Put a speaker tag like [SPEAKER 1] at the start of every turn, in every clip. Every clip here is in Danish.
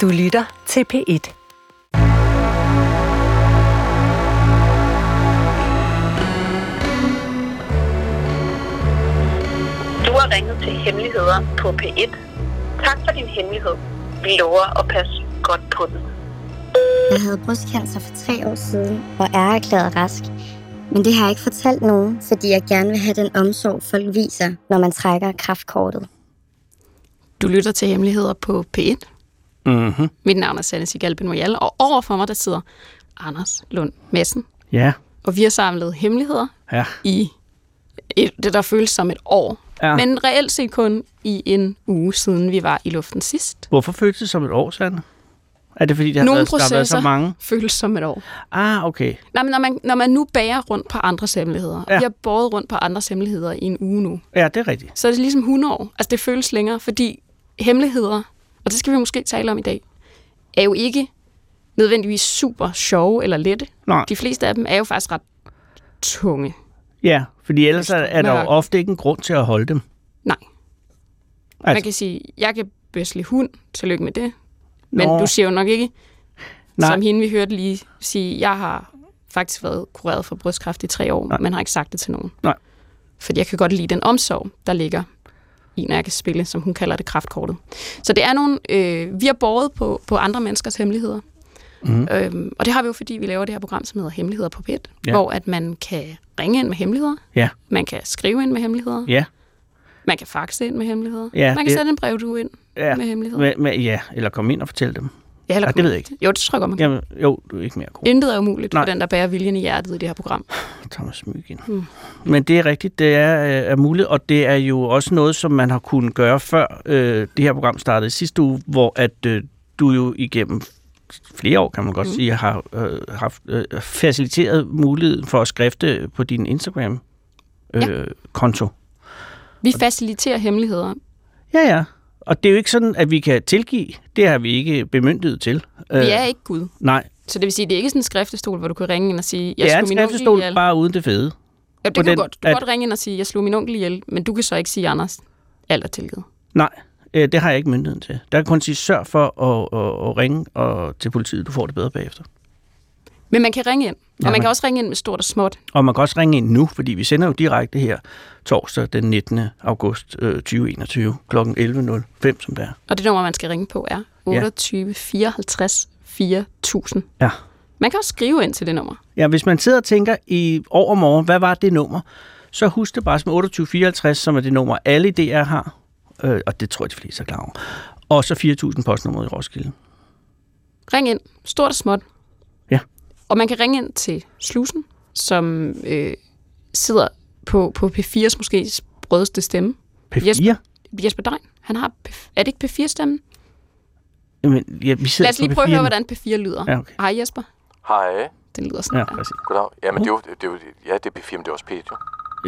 [SPEAKER 1] Du lytter til P1.
[SPEAKER 2] Du har ringet til Hemmeligheder på P1. Tak for din hemmelighed. Vi lover at passe godt på den.
[SPEAKER 3] Jeg havde brystcancer for tre år siden og er erklæret rask. Men det har jeg ikke fortalt nogen, fordi jeg gerne vil have den omsorg, folk viser, når man trækker kraftkortet.
[SPEAKER 4] Du lytter til Hemmeligheder på P1.
[SPEAKER 5] Mm-hmm.
[SPEAKER 4] Mit navn er Sanne Sigalben Moyal, og over for mig der sidder Anders Lund Madsen.
[SPEAKER 5] Ja,
[SPEAKER 4] Og vi har samlet hemmeligheder
[SPEAKER 5] ja.
[SPEAKER 4] i et, det, der føles som et år.
[SPEAKER 5] Ja.
[SPEAKER 4] Men reelt set kun i en uge siden vi var i luften sidst.
[SPEAKER 5] Hvorfor føles det som et år, Sande? Er det fordi, der, har
[SPEAKER 4] Nogle
[SPEAKER 5] været, der har været så
[SPEAKER 4] processer
[SPEAKER 5] mange?
[SPEAKER 4] føles som et år.
[SPEAKER 5] Ah, okay.
[SPEAKER 4] Nej, men når man, når man nu bærer rundt på andres hemmeligheder, ja.
[SPEAKER 5] Ja.
[SPEAKER 4] og vi har båret rundt på andres hemmeligheder i en uge nu,
[SPEAKER 5] Ja, det er rigtigt.
[SPEAKER 4] så er det ligesom 100 år. Altså det føles længere, fordi hemmeligheder, og det skal vi måske tale om i dag, er jo ikke nødvendigvis super sjove eller lette.
[SPEAKER 5] Nej.
[SPEAKER 4] De fleste af dem er jo faktisk ret tunge.
[SPEAKER 5] Ja, fordi ellers er, er der jo
[SPEAKER 4] Mørkt.
[SPEAKER 5] ofte ikke en grund til at holde dem.
[SPEAKER 4] Nej. Altså. Man
[SPEAKER 5] Altså-
[SPEAKER 4] kan sige, jeg kan bedst lide hund, tillykke med det. Men
[SPEAKER 5] Nå.
[SPEAKER 4] du siger jo nok ikke, Nej.
[SPEAKER 5] Nej.
[SPEAKER 4] som hende vi hørte lige sige, jeg har faktisk været kureret for brystkræft i tre år, Nej.
[SPEAKER 5] Nej.
[SPEAKER 4] men har ikke sagt det til nogen.
[SPEAKER 5] Nej.
[SPEAKER 4] Fordi jeg kan godt lide den omsorg, der ligger i, når jeg kan spille, som hun kalder det, kraftkortet. Så det er nogle, øh, vi har båret på, på andre menneskers hemmeligheder.
[SPEAKER 5] Mhm.
[SPEAKER 4] Mm. Øhm, og det har vi jo, fordi vi laver det her program, som hedder Hemmeligheder på PET, ja.
[SPEAKER 5] Ja.
[SPEAKER 4] hvor at man kan ringe ind med hemmeligheder,
[SPEAKER 5] Ja,
[SPEAKER 4] man kan skrive ind med hemmeligheder,
[SPEAKER 5] ja,
[SPEAKER 4] man kan faxe ind med hemmeligheder.
[SPEAKER 5] Ja,
[SPEAKER 4] man kan
[SPEAKER 5] det-
[SPEAKER 4] sende en brevdue ind
[SPEAKER 5] ja.
[SPEAKER 4] med hemmeligheder.
[SPEAKER 5] Med, med, ja, eller kom ind og fortæl dem.
[SPEAKER 4] ja, eller
[SPEAKER 5] Ej,
[SPEAKER 4] kunne
[SPEAKER 5] det ved
[SPEAKER 4] man-
[SPEAKER 5] jeg ikke.
[SPEAKER 4] Jo, det tror jeg godt, man kan.
[SPEAKER 5] Jamen, jo, du er ikke mere god.
[SPEAKER 4] Intet er umuligt
[SPEAKER 5] Nej.
[SPEAKER 4] for den, der bærer viljen i hjertet i det her program.
[SPEAKER 5] Thomas Mygind. Mm. Men det er rigtigt, det er, øh, er muligt, og det er jo også noget, som man har kunnet gøre før øh, det her program startede i sidste uge, hvor at øh, du jo igennem flere år, kan man godt mm. sige, har øh, haft øh, faciliteret muligheden for at skrifte på din Instagram-konto.
[SPEAKER 4] Ja.
[SPEAKER 5] Øh, konto.
[SPEAKER 4] Vi faciliterer hemmeligheder.
[SPEAKER 5] ja. ja, Og det er jo ikke sådan, at vi kan tilgive. Det har vi ikke bemyndiget til. Øh,
[SPEAKER 4] Vi er ikke Gud.
[SPEAKER 5] Nej,
[SPEAKER 4] Så det vil sige, det er ikke sådan en skriftestol, hvor du kan ringe ind og sige, jeg
[SPEAKER 5] det er
[SPEAKER 4] slog
[SPEAKER 5] en
[SPEAKER 4] min onkel
[SPEAKER 5] skriftestol,
[SPEAKER 4] ihjel.
[SPEAKER 5] bare uden det fede.
[SPEAKER 4] Ja, det
[SPEAKER 5] på
[SPEAKER 4] kan
[SPEAKER 5] den,
[SPEAKER 4] du godt. Du kan
[SPEAKER 5] at-
[SPEAKER 4] godt ringe ind og sige, jeg slog min onkel ihjel, men du kan så ikke sige, Anders, alt er tilgivet.
[SPEAKER 5] Nej, øh, det har jeg ikke myndigheden til. Der kan kun sige, sørg for at, at, at ringe og til politiet, du får det bedre bagefter.
[SPEAKER 4] Men man kan ringe ind. Og man
[SPEAKER 5] Jamen.
[SPEAKER 4] kan også ringe ind med stort og småt.
[SPEAKER 5] Og man kan også ringe ind nu, fordi vi sender jo direkte her torsdag den 19. august øh, 2021 kl. 11.05, som det er.
[SPEAKER 4] Og det nummer, man skal ringe på, er 28 54 4000.
[SPEAKER 5] Ja.
[SPEAKER 4] Man kan også skrive ind til det nummer.
[SPEAKER 5] ja, hvis man sidder og tænker i overmorgen, hvad var det nummer, så husk det bare som 2854, som er det nummer, alle DR har, øh, og det tror jeg, de fleste er klar over. Og så 4.000 postnummeret i Roskilde.
[SPEAKER 4] Ring ind, stort og småt.
[SPEAKER 5] Ja.
[SPEAKER 4] Og man kan ringe ind til Slusen, som øh, sidder på, på P4's måske sprødeste stemme.
[SPEAKER 5] P4?
[SPEAKER 4] Yes.
[SPEAKER 5] Yes.
[SPEAKER 4] Jesper Dein, han har... P- er det ikke P4-stemmen?
[SPEAKER 5] Jamen, ja, vi sidder
[SPEAKER 4] Lad os lige
[SPEAKER 5] på
[SPEAKER 4] prøve at
[SPEAKER 5] P4
[SPEAKER 4] høre,
[SPEAKER 5] altså nu.
[SPEAKER 4] hvordan P4 lyder.
[SPEAKER 5] Ja, okay.
[SPEAKER 4] Hej Jesper.
[SPEAKER 6] Hej.
[SPEAKER 4] Den lyder sådan
[SPEAKER 5] Ja,
[SPEAKER 4] ja, der.
[SPEAKER 5] præcis.
[SPEAKER 6] Goddag. Jamen, det er jo, det er jo, ja, det er P4, men det er også P1, jo.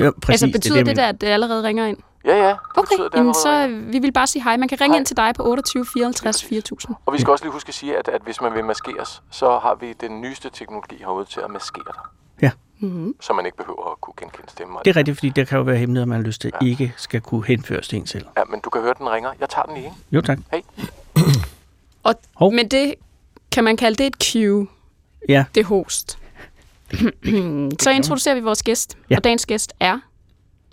[SPEAKER 5] Ja, præcis.
[SPEAKER 4] altså betyder det,
[SPEAKER 5] jeg
[SPEAKER 4] det der, at det allerede ringer ind?
[SPEAKER 6] Ja, ja. Det
[SPEAKER 4] Okay,
[SPEAKER 6] betyder, det allerede
[SPEAKER 4] jamen, så
[SPEAKER 6] ringer.
[SPEAKER 4] øh, vi vil bare sige hej. Man kan ringe
[SPEAKER 6] Hej.
[SPEAKER 4] ind til dig på 28 54 4000.
[SPEAKER 6] Og vi skal også lige huske at sige, at, at hvis man vil maskeres, så har vi den nyeste teknologi herude til at maskere dig.
[SPEAKER 5] Ja.
[SPEAKER 6] Mm-hmm. Så man ikke behøver at kunne genkende stemmer.
[SPEAKER 5] Det er rigtigt, fordi der kan jo være hemmeligheder, man har lyst til ikke skal kunne henføres til en selv.
[SPEAKER 6] Ja, men du kan høre, den ringer. Jeg tager den lige, ikke?
[SPEAKER 5] Jo tak.
[SPEAKER 4] Og,
[SPEAKER 5] Hov.
[SPEAKER 4] men det kan man kalde det et cue,
[SPEAKER 5] Ja,
[SPEAKER 4] det host. så introducerer vi vores gæst,
[SPEAKER 5] Ja.
[SPEAKER 4] og dagens gæst er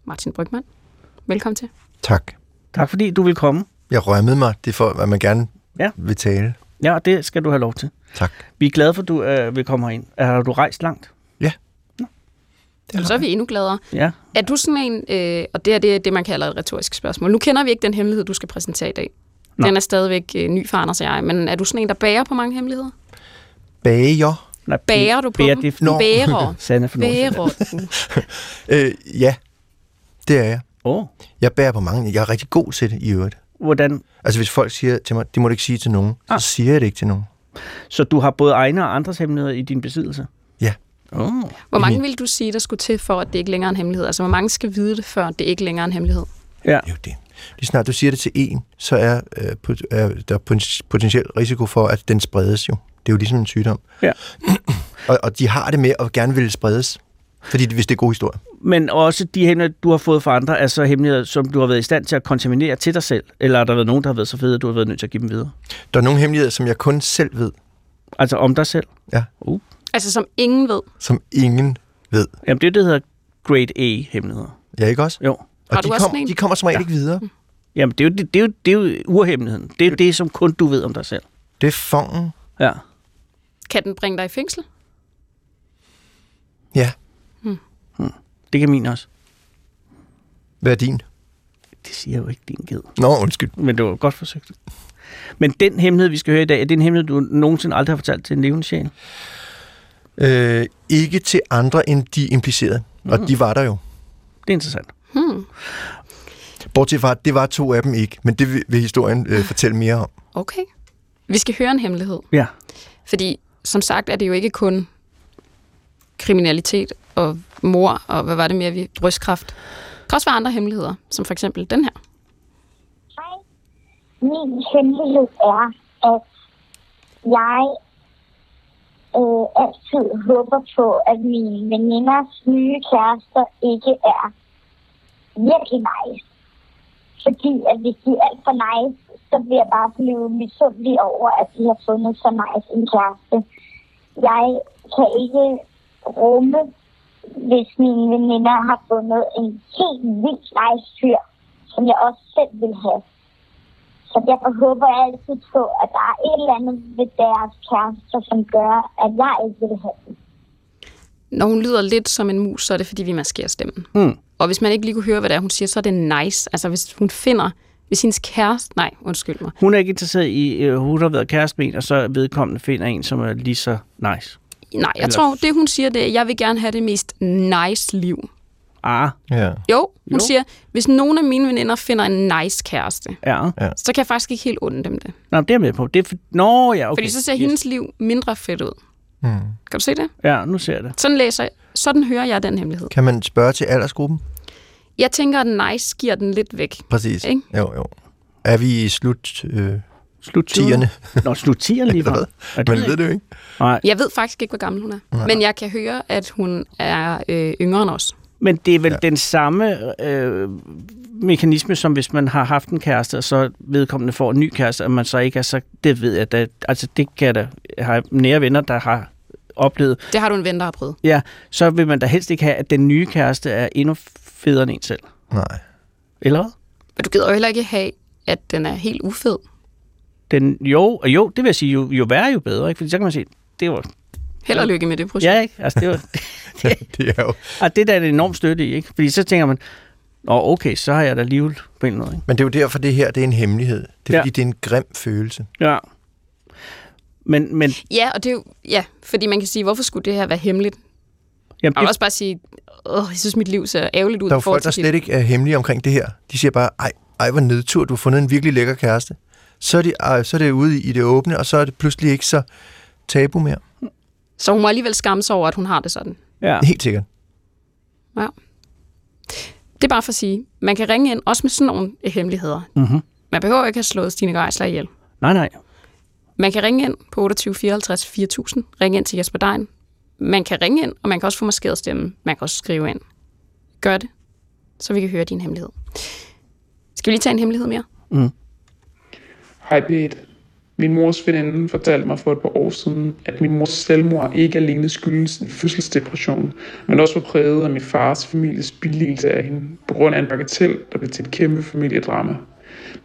[SPEAKER 4] Martin Brygman. Velkommen til.
[SPEAKER 7] Tak.
[SPEAKER 5] tak fordi du vil komme.
[SPEAKER 7] Jeg rømmede mig, det er for, at man gerne
[SPEAKER 5] Ja.
[SPEAKER 7] ja. vil tale.
[SPEAKER 5] Ja, og det skal du have lov til.
[SPEAKER 7] Tak.
[SPEAKER 5] Vi er glade for, at du øh, vil komme herind. Har du rejst langt?
[SPEAKER 4] Jamen, så er vi endnu gladere.
[SPEAKER 5] Ja.
[SPEAKER 4] Er du sådan en, øh, og det her det er det, man kalder et retorisk spørgsmål. Nu kender vi ikke den hemmelighed, du skal præsentere i dag.
[SPEAKER 5] Nå.
[SPEAKER 4] Den er stadigvæk øh, ny for Anders og jeg, men er du sådan en, der bærer på mange hemmeligheder?
[SPEAKER 7] Bager.
[SPEAKER 5] Nej,
[SPEAKER 4] Bærer du på
[SPEAKER 5] bærer
[SPEAKER 4] dem?
[SPEAKER 5] det
[SPEAKER 7] Nå.
[SPEAKER 4] Bærer.
[SPEAKER 5] Sande for Nordsjælland.
[SPEAKER 4] Bærer.
[SPEAKER 7] Øh, ja, det er jeg.
[SPEAKER 5] Åh,
[SPEAKER 7] Jeg bærer på mange. Jeg er rigtig god til det i øvrigt.
[SPEAKER 5] hvordan?
[SPEAKER 7] Altså hvis folk siger til mig, det må du ikke sige til nogen, ah. så siger jeg det ikke til nogen.
[SPEAKER 5] Så du har både egne og andres hemmeligheder i din besiddelse?
[SPEAKER 7] Ja.
[SPEAKER 5] Åh, oh.
[SPEAKER 4] Hvor mange vil du sige, der skulle til for, at det ikke længere er en hemmelighed? Altså, hvor mange skal vide det, før det ikke længere er en hemmelighed?
[SPEAKER 5] ja.
[SPEAKER 7] Det er jo det. Lige snart du siger det til en, så er, øh, pot- er der poten- potentiel risiko for, at den spredes jo. Det er jo ligesom en sygdom.
[SPEAKER 5] Ja.
[SPEAKER 7] og, og de har det med at gerne ville spredes. Fordi hvis det er gode historier.
[SPEAKER 5] Men også de hemmeligheder, du har fået fra andre, er så hemmeligheder, som du har været i stand til at kontaminere til dig selv? Eller har der været nogen, der har været så fede, at du har været nødt til at give dem videre?
[SPEAKER 7] Der er nogle hemmeligheder, som jeg kun selv ved,
[SPEAKER 5] Altså om dig selv?
[SPEAKER 7] Ja.
[SPEAKER 5] Uh.
[SPEAKER 4] Altså, som ingen ved.
[SPEAKER 7] som ingen ved.
[SPEAKER 5] Jamen det er jo det, der hedder grade A-hemmeligheder.
[SPEAKER 7] Ja, ikke også?
[SPEAKER 5] Jo.
[SPEAKER 7] Og
[SPEAKER 4] Har du
[SPEAKER 7] de,
[SPEAKER 4] også
[SPEAKER 7] kom,
[SPEAKER 4] sådan en? Mm.
[SPEAKER 7] de kommer som regel
[SPEAKER 5] Ja.
[SPEAKER 7] ikke videre.
[SPEAKER 5] Jamen det er jo, det, det er jo, det er jo urhemmeligheden. Det er jo det, som kun du ved om dig selv.
[SPEAKER 7] Det er fongen.
[SPEAKER 5] Ja.
[SPEAKER 4] Kan den bringe dig i fængsel?
[SPEAKER 7] Ja,
[SPEAKER 5] Det kan min også.
[SPEAKER 7] hvad er din?
[SPEAKER 5] Det siger jo ikke din ged.
[SPEAKER 7] Nå, undskyld.
[SPEAKER 5] Men det var godt forsøgt. Men den hemmelighed, vi skal høre i dag, er det en hemmelighed, du nogensinde aldrig har fortalt til en levende sjæl?
[SPEAKER 7] Øh, ikke til andre end de implicerede. Mm. Og de var der jo.
[SPEAKER 5] Det er interessant.
[SPEAKER 4] Hmm.
[SPEAKER 7] Bortset fra, at det var to af dem ikke. Men det vil, vil historien
[SPEAKER 4] Ah.
[SPEAKER 7] øh, fortælle mere om.
[SPEAKER 4] Okay. Vi skal høre en hemmelighed.
[SPEAKER 5] Ja.
[SPEAKER 4] Fordi som sagt er det jo ikke kun kriminalitet og mor og hvad var det mere, vi brystkræft. Der kan også være andre hemmeligheder, som for eksempel den her.
[SPEAKER 1] Hej. Min hemmelighed er, at jeg øh, altid håber på, at mine veninders nye kærester ikke er virkelig nice. Fordi at hvis de er alt for nice, så bliver jeg bare blive misundelig over, at de har fundet så nice en kæreste. Jeg kan ikke rumme, hvis mine veninder har fundet en helt vildt nice fyr, som jeg også selv vil have. Så derfor håber jeg altid på, at der er et eller andet ved deres kærester, som gør, at jeg ikke vil have dem.
[SPEAKER 4] Når hun lyder lidt som en mus, så er det fordi, vi maskerer stemmen.
[SPEAKER 5] Mm.
[SPEAKER 4] Og hvis man ikke lige kunne høre, hvad det er, hun siger, så er det nice. Altså hvis hun finder, hvis hendes kæreste, nej, undskyld mig,
[SPEAKER 5] Hun er ikke interesseret i, øh, hun har været kæreste med en, og så vedkommende finder en, som er lige så nice.
[SPEAKER 4] nej, jeg
[SPEAKER 5] Eller-
[SPEAKER 4] tror, det hun siger, det er, jeg vil gerne have det mest nice liv.
[SPEAKER 5] Ah,
[SPEAKER 7] Ja.
[SPEAKER 4] Jo, hun
[SPEAKER 5] Jo.
[SPEAKER 4] jo. siger, hvis nogen af mine veninder finder en nice kæreste,
[SPEAKER 5] ja.
[SPEAKER 4] så kan jeg faktisk ikke helt unde dem det. Okay.
[SPEAKER 5] Nå, men det er jeg med på. Det er for... Nå, ja, okay.
[SPEAKER 4] Fordi så ser yes. hendes liv mindre fedt ud.
[SPEAKER 7] Mm.
[SPEAKER 4] Kan du se det?
[SPEAKER 5] Ja, nu ser jeg det.
[SPEAKER 4] Sådan læser sådan hører jeg den hemmelighed.
[SPEAKER 7] Kan man spørge til aldersgruppen?
[SPEAKER 4] Jeg tænker, at nice giver den lidt væk.
[SPEAKER 7] Præcis.
[SPEAKER 4] Ikke?
[SPEAKER 7] Jo, jo. Er vi i slut... Øh,
[SPEAKER 5] Slut
[SPEAKER 7] Tierne.
[SPEAKER 5] Nå, slut tierne lige
[SPEAKER 7] Eller
[SPEAKER 5] Ja, det
[SPEAKER 7] man
[SPEAKER 5] ved
[SPEAKER 7] ved
[SPEAKER 5] jeg
[SPEAKER 7] det jo ikke.
[SPEAKER 5] ikke. Nej.
[SPEAKER 4] Jeg ved faktisk ikke, hvor gammel hun er. Nej. Men jeg kan høre, at hun er øh, yngre end os.
[SPEAKER 5] Men det er vel ja. den samme øh, mekanisme, som hvis man har haft en kæreste, og så vedkommende får en ny kæreste, og man så ikke er så... Det ved jeg da. Altså, det kan jeg da. Jeg har nære venner, der har oplevet.
[SPEAKER 4] Det har du en ven, der har prøvet.
[SPEAKER 5] Ja, så vil man da helst ikke have, at den nye kæreste er endnu federe end en selv.
[SPEAKER 7] Nej.
[SPEAKER 5] Eller hvad?
[SPEAKER 4] Men du gider jo heller ikke have, at den er helt ufed.
[SPEAKER 5] Den, jo, og jo, det vil jeg sige, jo, jo værre, jo bedre, ikke? Fordi så kan man sige, det var...
[SPEAKER 4] Held og lykke med det projekt.
[SPEAKER 5] Ja, ikke? Altså, det var...
[SPEAKER 7] det er jo...
[SPEAKER 5] Og det er da en enorm støtte i, ikke? Fordi så tænker man, Nå, okay, så har jeg da alligevel på en eller anden måde,
[SPEAKER 7] Men det er jo derfor, det her det er en hemmelighed. Det er
[SPEAKER 5] Ja.
[SPEAKER 7] ja. fordi, det er en grim følelse.
[SPEAKER 5] ikke? Ja. Men, men
[SPEAKER 4] ja, og det er jo, ja, fordi man kan sige, hvorfor skulle det her være hemmeligt?
[SPEAKER 5] jamen,
[SPEAKER 4] Jeg vil
[SPEAKER 5] det,
[SPEAKER 4] også bare sige, åh, jeg synes, mit liv ser ærgerligt ud.
[SPEAKER 7] Der
[SPEAKER 4] i
[SPEAKER 7] er jo
[SPEAKER 4] forhold
[SPEAKER 7] folk,
[SPEAKER 4] til
[SPEAKER 7] der
[SPEAKER 4] dit."
[SPEAKER 7] slet ikke er hemmelige omkring det her. De siger bare, ej, ej hvor nedtur, du har fundet en virkelig lækker kæreste. Så er, de, ej, så er det ude i det åbne, og så er det pludselig ikke så tabu mere.
[SPEAKER 4] Så hun må alligevel skamme sig over, at hun har det sådan.
[SPEAKER 5] ja.
[SPEAKER 7] Helt sikkert.
[SPEAKER 4] Ja. Det er bare for at sige, man kan ringe ind, også med sådan nogle øh, hemmeligheder.
[SPEAKER 5] Mhm.
[SPEAKER 4] Man behøver ikke have slået Stine Geisler ihjel.
[SPEAKER 5] Nej, nej.
[SPEAKER 4] Man kan ringe ind på 28 54 4000, ringe ind til Jesper Dein. Man kan ringe ind, og man kan også få maskeret stemme. Man kan også skrive ind. Gør det, så vi kan høre din hemmelighed. Skal vi lige tage en hemmelighed mere?
[SPEAKER 8] Hej Pete. Min mors veninde fortalte mig for et par år siden, at min mors selvmord ikke alene skyldes en fødselsdepression, men også var præget af min fars families billigelse af hende, på grund af en bagatel, der blev til et kæmpe familiedrama.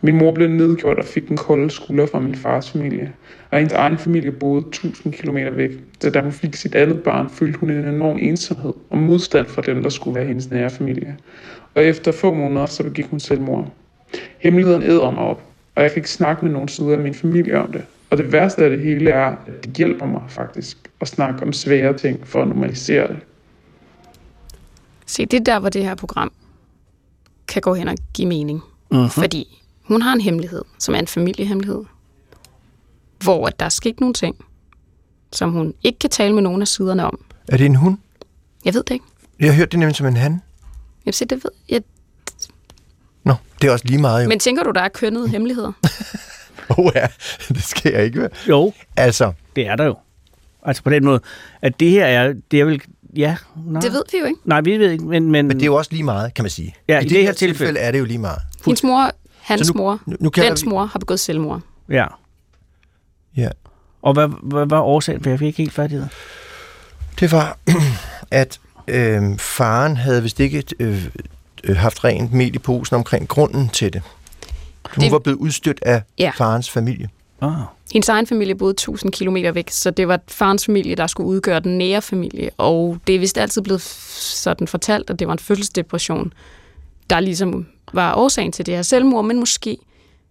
[SPEAKER 8] Min mor blev nedgjort og fik den kolde skulder fra min fars familie, og hendes egen familie boede 1000 km væk, så da hun fik sit andet barn, følte hun en enorm ensomhed og modstand fra dem, der skulle være hendes nære familie. Og efter få måneder, så begik hun selvmord. Hemmeligheden æder mig op, og jeg kan ikke snakke med nogen sider af min familie om det. Og det værste af det hele er, at det hjælper mig faktisk at snakke om svære ting for at normalisere det.
[SPEAKER 4] Se, det er der, hvor det her program kan gå hen og give mening. Uh-huh. Fordi hun har en hemmelighed, som er en familiehemmelighed, hvor at der er sket nogle ting, som hun ikke kan tale med nogen af siderne om.
[SPEAKER 7] Er det en hund?
[SPEAKER 4] Jeg ved det ikke.
[SPEAKER 7] Jeg har hørt det nemlig som en han.
[SPEAKER 4] Jeg, siger, det ved jeg.
[SPEAKER 7] Nå, det er også lige meget jo. Men...
[SPEAKER 4] Men tænker du, der er kønnede hemmeligheder?
[SPEAKER 7] Oh, ja, det skal jeg ikke være.
[SPEAKER 5] Jo,
[SPEAKER 7] Altså,
[SPEAKER 5] det er der jo. Altså på den måde, at det her er, det er vel ja. Nej.
[SPEAKER 4] Det ved vi jo ikke.
[SPEAKER 5] Nej, vi ved ikke, men... Men,
[SPEAKER 7] Men det er jo også lige meget, kan man sige.
[SPEAKER 5] Ja, i det her tilfælde
[SPEAKER 7] tilfælde er det jo lige meget.
[SPEAKER 4] Hendes mor, hans
[SPEAKER 7] Så
[SPEAKER 4] nu, mor,
[SPEAKER 7] nu, nu kalder
[SPEAKER 4] dens
[SPEAKER 7] vi...
[SPEAKER 4] mor har begået selvmord.
[SPEAKER 5] Ja.
[SPEAKER 7] Ja.
[SPEAKER 5] Og hvad, hvad var årsagen? For jeg fik ikke helt fat i det.
[SPEAKER 7] Det var, at øh, faren havde vist ikke øh, øh, haft rent mel i posen omkring grunden til det. Hun
[SPEAKER 4] Det-
[SPEAKER 7] det... var blevet udstødt af
[SPEAKER 4] Ja.
[SPEAKER 7] ja. farens familie.
[SPEAKER 5] Ah.
[SPEAKER 4] Hendes egen familie boede 1000 km væk, så det var farens familie, der skulle udgøre den nære familie. Og det er vist altid blevet f- sådan fortalt, at det var en fødselsdepression, der ligesom var årsagen til det her selvmord, men måske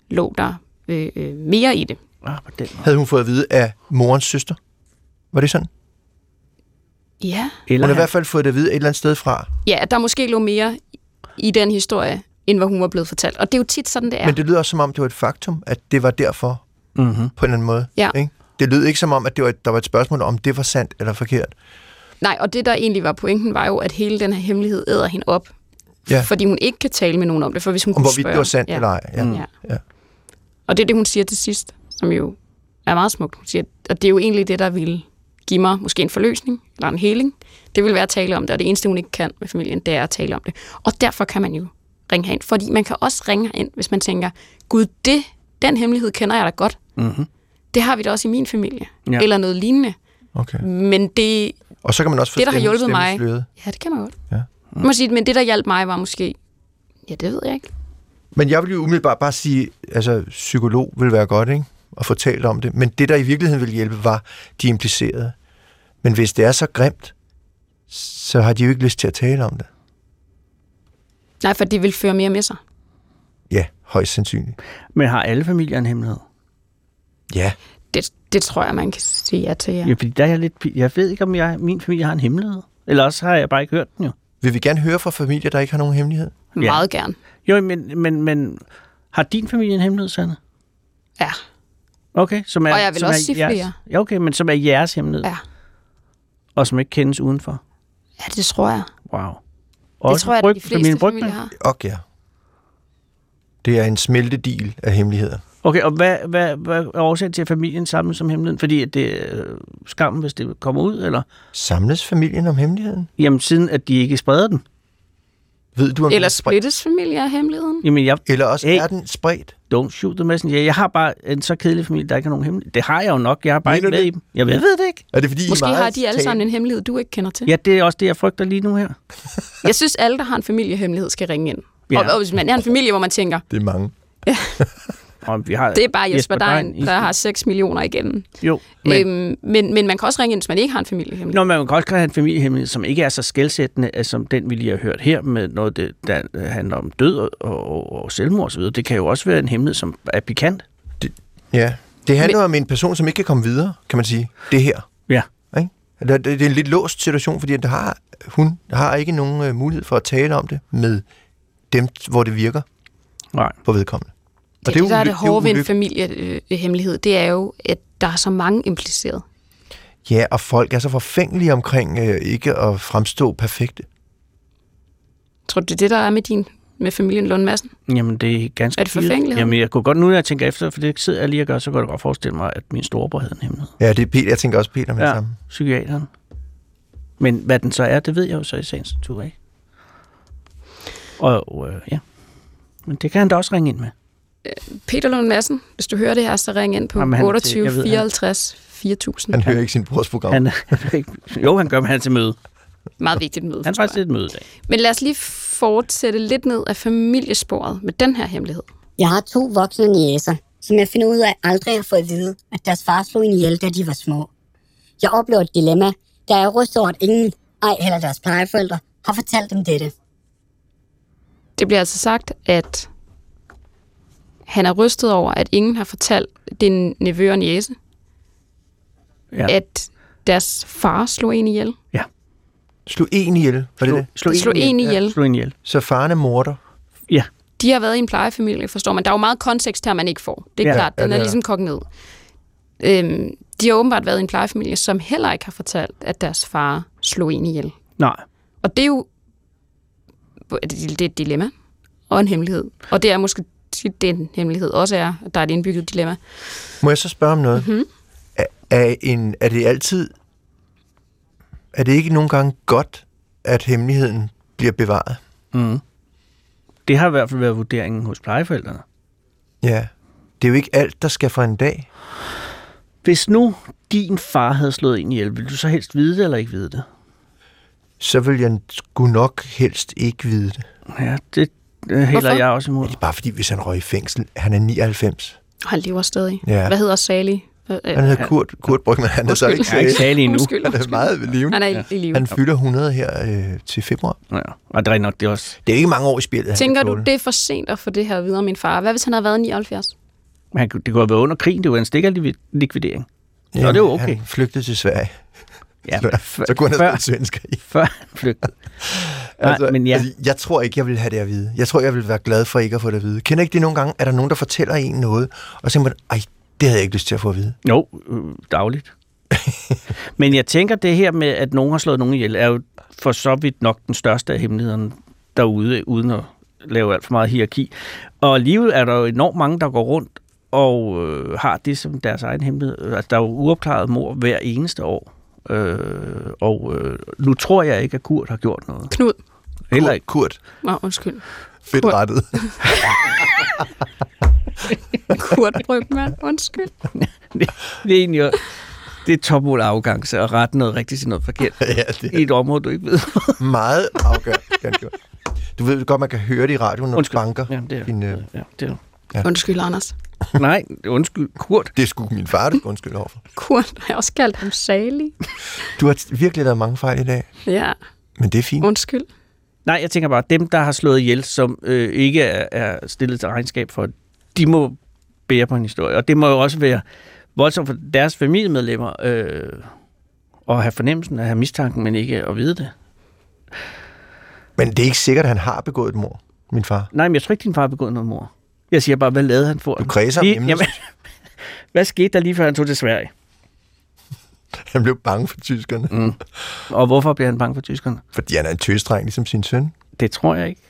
[SPEAKER 4] lå der øh, øh, mere i det.
[SPEAKER 5] Ah, på den måde.
[SPEAKER 7] Havde hun fået at vide af morens søster? Var det sådan?
[SPEAKER 4] Ja.
[SPEAKER 5] Eller
[SPEAKER 7] Hun har i
[SPEAKER 5] han,
[SPEAKER 7] hvert fald fået det at vide et eller andet sted fra.
[SPEAKER 4] Ja, at der måske lå mere i den historie, end hvad hun var blevet fortalt. Og det er jo tit sådan, det er.
[SPEAKER 7] Men det lyder også som om, det var et faktum, at det var derfor
[SPEAKER 5] mm-hmm.
[SPEAKER 7] på en eller anden måde.
[SPEAKER 4] Ja.
[SPEAKER 7] Ikke? Det lød ikke som om, at det var et, der var et spørgsmål om, det var sandt eller forkert.
[SPEAKER 4] Nej, og det der egentlig var pointen, var jo, at hele den her hemmelighed æder hende op.
[SPEAKER 7] Ja.
[SPEAKER 4] Fordi hun ikke kan tale med nogen om det, for hvis hun
[SPEAKER 7] Om
[SPEAKER 4] kunne
[SPEAKER 7] hvorvidt
[SPEAKER 4] spørge...
[SPEAKER 7] det var sandt ja. eller ej. Ja.
[SPEAKER 4] Mm.
[SPEAKER 7] Mm.
[SPEAKER 4] Ja.
[SPEAKER 7] Ja.
[SPEAKER 4] Og det er det, hun siger til sidst, som jo er meget smukt. Hun siger, at det er jo egentlig det, der ville give mig måske en forløsning eller en heling. Det vil være at tale om det, og det eneste, hun ikke kan med familien, det er at tale om det. Og derfor kan man jo ringe herind, fordi man kan også ringe ind, hvis man tænker, gud, det, den hemmelighed kender jeg da godt.
[SPEAKER 5] Mm-hmm.
[SPEAKER 7] Mhm.
[SPEAKER 4] Det har vi da også i min familie.
[SPEAKER 5] Ja.
[SPEAKER 4] Ja. Eller noget lignende.
[SPEAKER 7] Okay.
[SPEAKER 4] Men det,
[SPEAKER 7] Og så kan man også
[SPEAKER 4] Mm.
[SPEAKER 7] få
[SPEAKER 4] Det, der har
[SPEAKER 7] stemme-
[SPEAKER 4] hjulpet mig.
[SPEAKER 7] stemmesløret.
[SPEAKER 4] ja, det kan man godt.
[SPEAKER 7] Ja.
[SPEAKER 4] Mm. Må sige, men det, der hjalp mig, var måske, ja, det ved jeg ikke.
[SPEAKER 7] Men jeg vil jo umiddelbart bare sige, altså psykolog vil være godt, ikke? At få talt om det. Men det, der i virkeligheden ville hjælpe, var de implicerede. Men hvis det er så grimt, så har de jo ikke lyst til at tale om det.
[SPEAKER 4] Nej, for det vil føre mere med sig.
[SPEAKER 7] Ja, højst sandsynligt.
[SPEAKER 5] Men har alle familier en hemmelighed?
[SPEAKER 7] Ja.
[SPEAKER 4] Det, det tror jeg, man kan sige ja til. Ja.
[SPEAKER 5] Ja, fordi der er jeg lidt... Jeg ved ikke, om jeg, min familie har en hemmelighed. Eller også har jeg bare ikke hørt den jo.
[SPEAKER 7] Vil vi gerne høre fra familier, der ikke har nogen hemmelighed?
[SPEAKER 5] Ja.
[SPEAKER 4] Meget gerne.
[SPEAKER 5] Jo, men, men, men har din familie en hemmelighed, Sanne?
[SPEAKER 4] Ja.
[SPEAKER 5] Okay, som er,
[SPEAKER 4] Og jeg vil
[SPEAKER 5] som
[SPEAKER 4] også
[SPEAKER 5] er
[SPEAKER 4] sige
[SPEAKER 5] jeres,
[SPEAKER 4] flere.
[SPEAKER 5] Ja, okay, men som er jeres hemmelighed.
[SPEAKER 4] Ja.
[SPEAKER 5] Og som ikke kendes udenfor.
[SPEAKER 4] Ja, det tror jeg.
[SPEAKER 5] Wow.
[SPEAKER 4] Og det tror jeg, at de
[SPEAKER 5] familien
[SPEAKER 4] fleste
[SPEAKER 5] Brygmann?
[SPEAKER 4] familier har.
[SPEAKER 7] Og ja. Det er en smeltedil af hemmeligheder.
[SPEAKER 5] Okay, og hvad, hvad, hvad er årsagen til, at familien sammen som hemmeligheden? Fordi at det er øh, skammen, hvis det kommer ud, eller?
[SPEAKER 7] Samles familien om hemmeligheden?
[SPEAKER 5] Jamen, siden at de ikke spreder den.
[SPEAKER 7] Ved du, om den
[SPEAKER 4] Eller
[SPEAKER 7] er spredt?
[SPEAKER 4] splittes familier af hemmeligheden.
[SPEAKER 5] Jamen, jeg...
[SPEAKER 7] Eller også
[SPEAKER 5] Hey.
[SPEAKER 7] hey. er den spredt?
[SPEAKER 5] Don't shoot the messenger. Jeg har bare en så kedelig familie, der ikke har nogen hemmelighed. Det har jeg jo nok. Jeg er bare
[SPEAKER 7] Mener
[SPEAKER 5] ikke med
[SPEAKER 7] du
[SPEAKER 5] i dem. Jeg ved, jeg ved det ikke.
[SPEAKER 7] Er det fordi, I er
[SPEAKER 4] Måske
[SPEAKER 7] meget
[SPEAKER 4] har de alle
[SPEAKER 7] tale-
[SPEAKER 4] sammen en hemmelighed, du ikke kender til.
[SPEAKER 5] Ja, det er også det, jeg frygter lige nu her.
[SPEAKER 4] Jeg synes, alle, der har en familiehemmelighed, skal ringe ind.
[SPEAKER 5] Ja.
[SPEAKER 4] Ja. Og, og hvis man er en familie, hvor man tænker,
[SPEAKER 7] Det er mange.
[SPEAKER 5] Og vi har
[SPEAKER 4] det er bare Jesper Dein, der
[SPEAKER 5] i-
[SPEAKER 4] har 6 millioner igennem.
[SPEAKER 5] Jo,
[SPEAKER 4] Men.
[SPEAKER 5] men...
[SPEAKER 4] Øhm, men, men man kan også ringe ind, hvis man ikke har en familiehemmelighed.
[SPEAKER 5] Nå, men man kan også have en familiehemmelighed, som ikke er så skældsættende, altså, som den, vi lige har hørt her, med noget, det, der øh, handler om død og, og, og selvmord osv. Det kan jo også være en hemmelighed, som er pikant.
[SPEAKER 7] Ja. Det handler Men... om en person, som ikke kan komme videre, kan man sige. Det her.
[SPEAKER 5] Ja.
[SPEAKER 7] Ikke? Det, det det er en lidt låst situation, fordi der har, hun har ikke nogen øh, mulighed for at tale om det med dem, hvor det virker
[SPEAKER 5] Nej.
[SPEAKER 7] på vedkommende.
[SPEAKER 4] Det, det, der er
[SPEAKER 7] ulyk-
[SPEAKER 4] det hårde ved en
[SPEAKER 7] ulyk-
[SPEAKER 4] familiehemmelighed, det er jo, at der er så mange impliceret.
[SPEAKER 7] Ja, og folk er så forfængelige omkring øh, ikke at fremstå perfekte.
[SPEAKER 4] Tror du, det er det, der er med din med familien Lund Madsen?
[SPEAKER 5] Jamen, det er ganske
[SPEAKER 4] Er det
[SPEAKER 5] givet.
[SPEAKER 4] forfængelighed?
[SPEAKER 5] Jamen, jeg kunne godt, nu når jeg tænker efter, for det sidder jeg lige og gør, så kan jeg godt forestille mig, at min storebror havde en hemmelighed.
[SPEAKER 7] Ja, det er Peter. Jeg tænker også Peter med ja.
[SPEAKER 5] Ja,
[SPEAKER 7] sammen.
[SPEAKER 5] psykiateren. Men hvad den så er, det ved jeg jo så i sagens natur, ikke? Og øh, ja, men det kan han da også ringe ind med.
[SPEAKER 4] Peter Lund Madsen, hvis du hører det her, så ring ind på
[SPEAKER 5] Jamen,
[SPEAKER 4] Jamen,
[SPEAKER 5] han-
[SPEAKER 4] 28
[SPEAKER 5] jeg ved, han-
[SPEAKER 4] 54 4000.
[SPEAKER 7] Han hører ikke sin brors program. Han...
[SPEAKER 5] Han, jo, han gør, men han er til møde.
[SPEAKER 4] Meget vigtigt møde.
[SPEAKER 5] Han er
[SPEAKER 4] tror
[SPEAKER 5] faktisk til et møde i dag.
[SPEAKER 4] jeg. Men lad os lige fortsætte lidt ned af familiesporet med den her hemmelighed.
[SPEAKER 3] Jeg har to voksne niæser, som jeg finder ud af aldrig har fået at vide, at deres far slog en ihjel, da de var små. Jeg oplever et dilemma, da jeg er rystet over, at ingen, ej heller deres plejeforældre, har fortalt dem dette.
[SPEAKER 4] Det bliver altså sagt, at han er rystet over, at ingen har fortalt din nevø og niece,
[SPEAKER 5] Ja.
[SPEAKER 4] at deres far slog en ihjel.
[SPEAKER 7] Slå en ihjel, var det det?
[SPEAKER 5] slå,
[SPEAKER 4] Slå en ihjel.
[SPEAKER 5] Ja, slå en ihjel.
[SPEAKER 7] Så faren er morder.
[SPEAKER 5] Ja,
[SPEAKER 4] De har været i en plejefamilie, forstår man. Der er jo meget kontekst her, man ikke får. Det er
[SPEAKER 5] Ja,
[SPEAKER 4] ja, klart,
[SPEAKER 7] ja,
[SPEAKER 4] den
[SPEAKER 7] det
[SPEAKER 4] er
[SPEAKER 7] er
[SPEAKER 4] ligesom kogt ned. Øhm, de har åbenbart været i en plejefamilie, som heller ikke har fortalt, at deres far slog en ihjel.
[SPEAKER 5] nej.
[SPEAKER 4] Og det er jo det er et dilemma og en hemmelighed. Og det er måske tit den hemmelighed også er, at der er et indbygget dilemma.
[SPEAKER 7] Må jeg så spørge om noget? Mm-hmm. Er, er, en, er det altid... er det ikke nogle gange godt, at hemmeligheden bliver bevaret?
[SPEAKER 5] Mm. Det har i hvert fald været vurderingen hos plejeforældrene.
[SPEAKER 7] Ja. Det er jo ikke alt, der skal for en dag.
[SPEAKER 5] Hvis nu din far havde slået en ihjel, ville du så helst vide det eller ikke vide det?
[SPEAKER 7] Så vil jeg sgu nok helst ikke vide det.
[SPEAKER 5] Ja, det øh, hælder
[SPEAKER 4] Hvorfor?
[SPEAKER 5] jeg også imod.
[SPEAKER 7] Det er bare fordi, hvis han røg i fængsel, han er 99.
[SPEAKER 4] Og han lever stadig.
[SPEAKER 7] Ja.
[SPEAKER 4] Hvad hedder Sally? Øh, øh,
[SPEAKER 7] Han hedder Kurt, Kurt Brygman, han er så ikke,
[SPEAKER 5] Jeg er ikke
[SPEAKER 7] han
[SPEAKER 5] særlig endnu.
[SPEAKER 4] Undskyld,
[SPEAKER 7] er meget ved live.
[SPEAKER 4] Han er i, i live.
[SPEAKER 7] Han fylder 100 her øh, til februar.
[SPEAKER 5] Ja, og det er nok, det er også.
[SPEAKER 7] Det er ikke mange år i spillet. han
[SPEAKER 4] Tænker
[SPEAKER 7] kan
[SPEAKER 4] du,
[SPEAKER 7] tåle.
[SPEAKER 4] det er for sent at få det her videre, min far? Hvad hvis han havde været 79?
[SPEAKER 5] Men han, kunne- det kunne have været under krigen, det var en stikkerlikvidering. Nå, det er jo okay.
[SPEAKER 7] Han flygtede til Sverige.
[SPEAKER 5] Ja,
[SPEAKER 7] Ja, så kunne han have
[SPEAKER 5] før,
[SPEAKER 7] spillet svensker i.
[SPEAKER 5] før han flygtede. Nej,
[SPEAKER 7] Altså,
[SPEAKER 5] men ja,
[SPEAKER 7] altså, jeg tror ikke, jeg vil have det at vide. Jeg tror, jeg vil være glad for ikke at få det at vide. Kender ikke det nogle gange? Er der nogen, der fortæller en noget, og så tænker man, ej, det havde jeg ikke lyst til at få at vide.
[SPEAKER 5] jo, øh, dagligt. men jeg tænker, det her med, at nogen har slået nogen ihjel, er jo for så vidt nok den største af hemmelighederne derude, uden at lave alt for meget hierarki. Og alligevel er der jo enormt mange, der går rundt og øh, har det som deres egen hemmelighed. Altså, der er jo uopklaret mor hver eneste år. Øh, og øh, nu tror jeg ikke, at Kurt har gjort noget.
[SPEAKER 4] Knud.
[SPEAKER 5] Heller ikke.
[SPEAKER 7] Kurt,
[SPEAKER 4] Nå, undskyld.
[SPEAKER 7] fedt
[SPEAKER 4] Kurt.
[SPEAKER 7] rettet.
[SPEAKER 4] Kurt Brygman. Undskyld.
[SPEAKER 5] det, det er egentlig jo- det er topmål af arrogance at rette noget rigtigt til noget forkert.
[SPEAKER 7] ja, det
[SPEAKER 5] I et område, du ikke ved.
[SPEAKER 7] er meget afgørende. Du ved godt, man kan høre det i radioen, når
[SPEAKER 5] Undskyld.
[SPEAKER 7] du banker.
[SPEAKER 5] Jamen, det er,
[SPEAKER 7] din, øh,
[SPEAKER 5] ja, det er.
[SPEAKER 4] Undskyld, Anders.
[SPEAKER 5] Nej, undskyld, Kurt.
[SPEAKER 7] det skulle min far, du undskyld overfor.
[SPEAKER 4] Kurt. Jeg har også kaldt ham Sally.
[SPEAKER 7] Du har virkelig lavet mange fejl i dag,
[SPEAKER 4] Ja,
[SPEAKER 7] men det er fint.
[SPEAKER 4] undskyld.
[SPEAKER 5] Nej, jeg tænker bare, dem, der har slået ihjel, som øh, ikke er, er stillet til regnskab for, de må bære på en historie. Og det må jo også være voldsomt for deres familiemedlemmer øh, at have fornemmelsen, at have mistanken, men ikke at vide det.
[SPEAKER 7] Men det er ikke sikkert, at han har begået et mord, min far.
[SPEAKER 5] Nej, men jeg tror ikke, din far har begået noget mor. Jeg siger bare, hvad lavede han for? Du
[SPEAKER 7] kredser om emnet.
[SPEAKER 5] jamen, Hvad skete der lige før han tog til Sverige?
[SPEAKER 7] Han blev bange for tyskerne, mm.
[SPEAKER 5] Og hvorfor blev han bange for tyskerne?
[SPEAKER 7] fordi han er en tøsdreng, ligesom sin søn.
[SPEAKER 5] Det tror jeg ikke.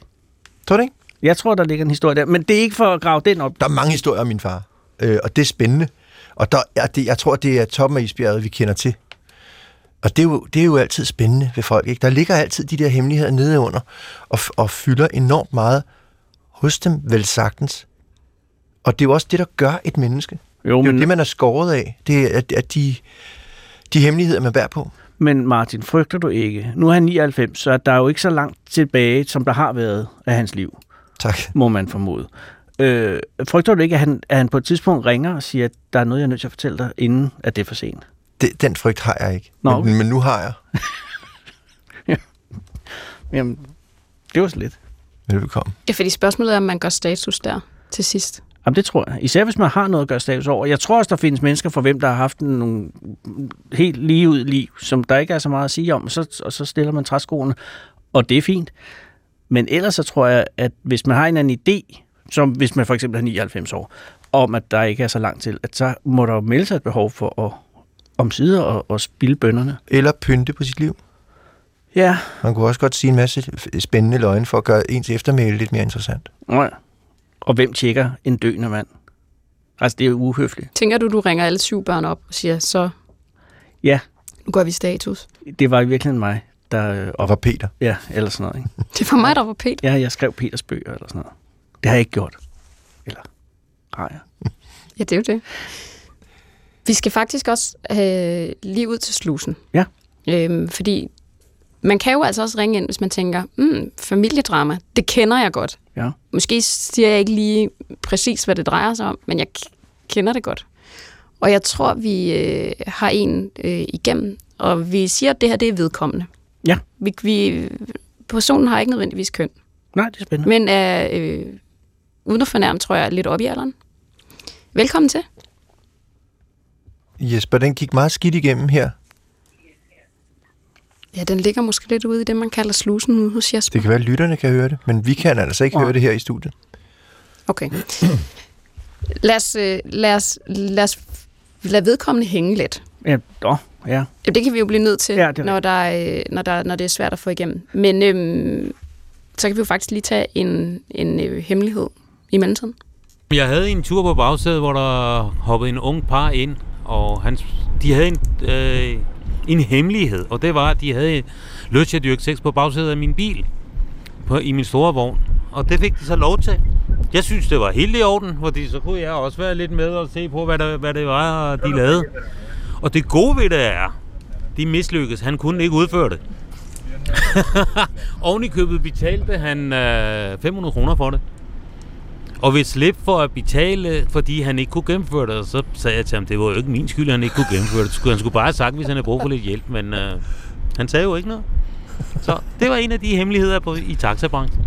[SPEAKER 7] Tror du ikke?
[SPEAKER 5] Jeg tror, der ligger en historie der, men det er ikke for at grave den op.
[SPEAKER 7] Der er mange historier om min far, øh, og det er spændende. Og der er det, jeg tror, det er toppen af isbjerget, vi kender til. Og det er, jo, det er jo altid spændende ved folk. Ikke? Der ligger altid de der hemmeligheder nedeunder, og, f- og fylder enormt meget hos dem, vel sagtens. Og det er jo også det, der gør et menneske.
[SPEAKER 5] Jo,
[SPEAKER 7] Det er jo det,
[SPEAKER 5] men,
[SPEAKER 7] man er skåret af. Det er at, at de, de hemmeligheder, man bærer på.
[SPEAKER 5] men Martin, frygter du ikke? Nu er han 99, så der er jo ikke så langt tilbage, som der har været af hans liv,
[SPEAKER 7] Tak.
[SPEAKER 5] må man formode. Øh, frygter du ikke, at han, at han på et tidspunkt ringer og siger, at der er noget, jeg er nødt til at fortælle dig, inden at det er for sent?
[SPEAKER 7] Det, den frygt har jeg ikke.
[SPEAKER 5] Nå, okay.
[SPEAKER 7] men, men nu har jeg.
[SPEAKER 5] Jamen, det var så lidt.
[SPEAKER 7] Velbekomme.
[SPEAKER 4] Ja, fordi spørgsmålet er, om man gør status der til sidst.
[SPEAKER 5] Jamen, det tror jeg. Især hvis man har noget at gøre status over. Jeg tror også, der findes mennesker for hvem, der har haft nogle helt lige ud liv, som der ikke er så meget at sige om, og så, og så stiller man træskoene, og det er fint. Men ellers så tror jeg, at hvis man har en eller anden idé, som hvis man for eksempel er 99 år, om at der ikke er så langt til, at så må der jo melde sig et behov for at omsider og, og spille bønderne.
[SPEAKER 7] Eller pynte på sit liv.
[SPEAKER 5] Ja,
[SPEAKER 7] Man kunne også godt sige en masse f- spændende løgne for at gøre ens eftermæle lidt mere interessant.
[SPEAKER 5] Nå ja. Og hvem tjekker en døende mand? Altså, det er jo uhøfligt.
[SPEAKER 4] Tænker du, du ringer alle syv børn op og siger, så
[SPEAKER 5] Ja,
[SPEAKER 4] nu gør vi status?
[SPEAKER 5] det var i virkeligheden mig, der... øh,
[SPEAKER 7] Og
[SPEAKER 5] Op,
[SPEAKER 7] var Peter.
[SPEAKER 5] ja, eller sådan noget, ikke?
[SPEAKER 4] Det var mig, der var pænt.
[SPEAKER 5] Ja, jeg skrev Peters bøger eller sådan noget. Det har jeg ikke gjort. Eller har jeg?
[SPEAKER 4] Ja, det er jo det. Vi skal faktisk også øh, lige ud til slusen.
[SPEAKER 5] Ja.
[SPEAKER 4] Øhm, fordi man kan jo altså også ringe ind, hvis man tænker, mm, familiedrama, det kender jeg godt.
[SPEAKER 5] Ja.
[SPEAKER 4] Måske siger jeg ikke lige præcis, hvad det drejer sig om, men jeg k- kender det godt. Og jeg tror, vi øh, har en øh, igennem, og vi siger, at det her det er vedkommende.
[SPEAKER 5] Ja.
[SPEAKER 4] Vi, vi, personen har ikke nødvendigvis køn.
[SPEAKER 5] Nej, det er spændende.
[SPEAKER 4] Men er, øh, uden at fornærme, tror jeg, lidt op i alderen. Velkommen til.
[SPEAKER 7] Jesper, den gik meget skidt igennem her.
[SPEAKER 4] Ja, den ligger måske lidt ude i det, man kalder slusen ude hos Jesper.
[SPEAKER 7] Det kan være, at lytterne kan høre det, men vi kan altså ikke
[SPEAKER 5] Nej.
[SPEAKER 7] høre det her i studiet.
[SPEAKER 4] Okay. Lad os, øh, lad os, lad os lad vedkommende hænge lidt.
[SPEAKER 5] Ja, dog, ja.
[SPEAKER 4] Jamen, det kan vi jo blive nødt til,
[SPEAKER 5] Ja, det er
[SPEAKER 4] når, der, øh, når, der, når det er svært at få igennem. Men øhm, så kan vi jo faktisk lige tage en, en øh, hemmelighed i mellemtiden.
[SPEAKER 9] Jeg havde en tur på bagsædet, hvor der hoppede en ung par ind, og han, de havde en, øh, en hemmelighed, og det var, at de havde lyst til at dyrke sex på bagsædet af min bil, på, i min store vogn. Og det fik de så lov til. Jeg synes, det var helt i orden, fordi så kunne jeg også være lidt med og se på, hvad, der, hvad det var, de lavede. Og det gode ved det er, de mislykkes. Han kunne ikke udføre det. Oven i købet betalte han øh, 500 kroner for det. Og vil slippe for at betale, fordi han ikke kunne gennemføre det. Og så sagde jeg til ham, det var jo ikke min skyld, at han ikke kunne gennemføre det. Skulle- Han skulle bare have sagt, hvis han havde brug for lidt hjælp, men øh, han sagde jo ikke noget. Så det var en af de hemmeligheder på, i taxabranchen.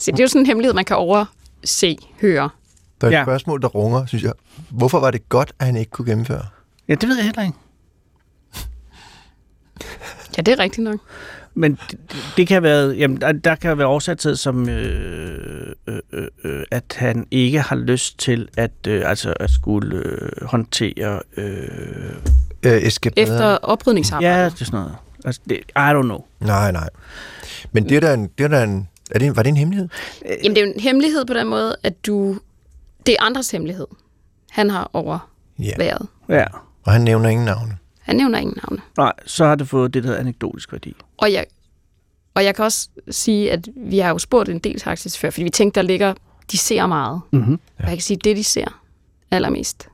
[SPEAKER 4] Så det er jo sådan en hemmelighed, man kan overse, høre.
[SPEAKER 7] Der er et
[SPEAKER 5] Ja.
[SPEAKER 7] ja. spørgsmål, der runger, synes jeg. Hvorfor var det godt, at han ikke kunne gennemføre?
[SPEAKER 5] Ja, det ved jeg heller ikke.
[SPEAKER 4] Ja, det er rigtigt nok.
[SPEAKER 5] Men det, det kan have været, jamen, der, der kan være årsag til, som, øh, øh, øh, øh, at han ikke har lyst til at, øh, altså at skulle øh, håndtere... Øh,
[SPEAKER 7] Øh, eskapader?
[SPEAKER 4] Efter oprydningsarbejde.
[SPEAKER 5] ja,
[SPEAKER 4] Ja.
[SPEAKER 5] det er sådan noget. Altså, det, I don't know.
[SPEAKER 7] Nej, nej. Men det er da en... Det er da en er det, en- var det en hemmelighed?
[SPEAKER 4] Jamen, det er jo en hemmelighed på den måde, at du... Det er andres hemmelighed, han har overværet.
[SPEAKER 7] Ja.
[SPEAKER 5] Ja.
[SPEAKER 7] Og han nævner ingen navne.
[SPEAKER 4] Han nævner ingen navne.
[SPEAKER 5] Nej, så har det fået det, der hedder anekdotisk værdi.
[SPEAKER 4] Og jeg, og jeg kan også sige, at vi har jo spurgt en del taxichauffører, fordi vi tænkte, der ligger, de ser meget. Mm-hmm. Og jeg kan sige, at det, de ser allermest,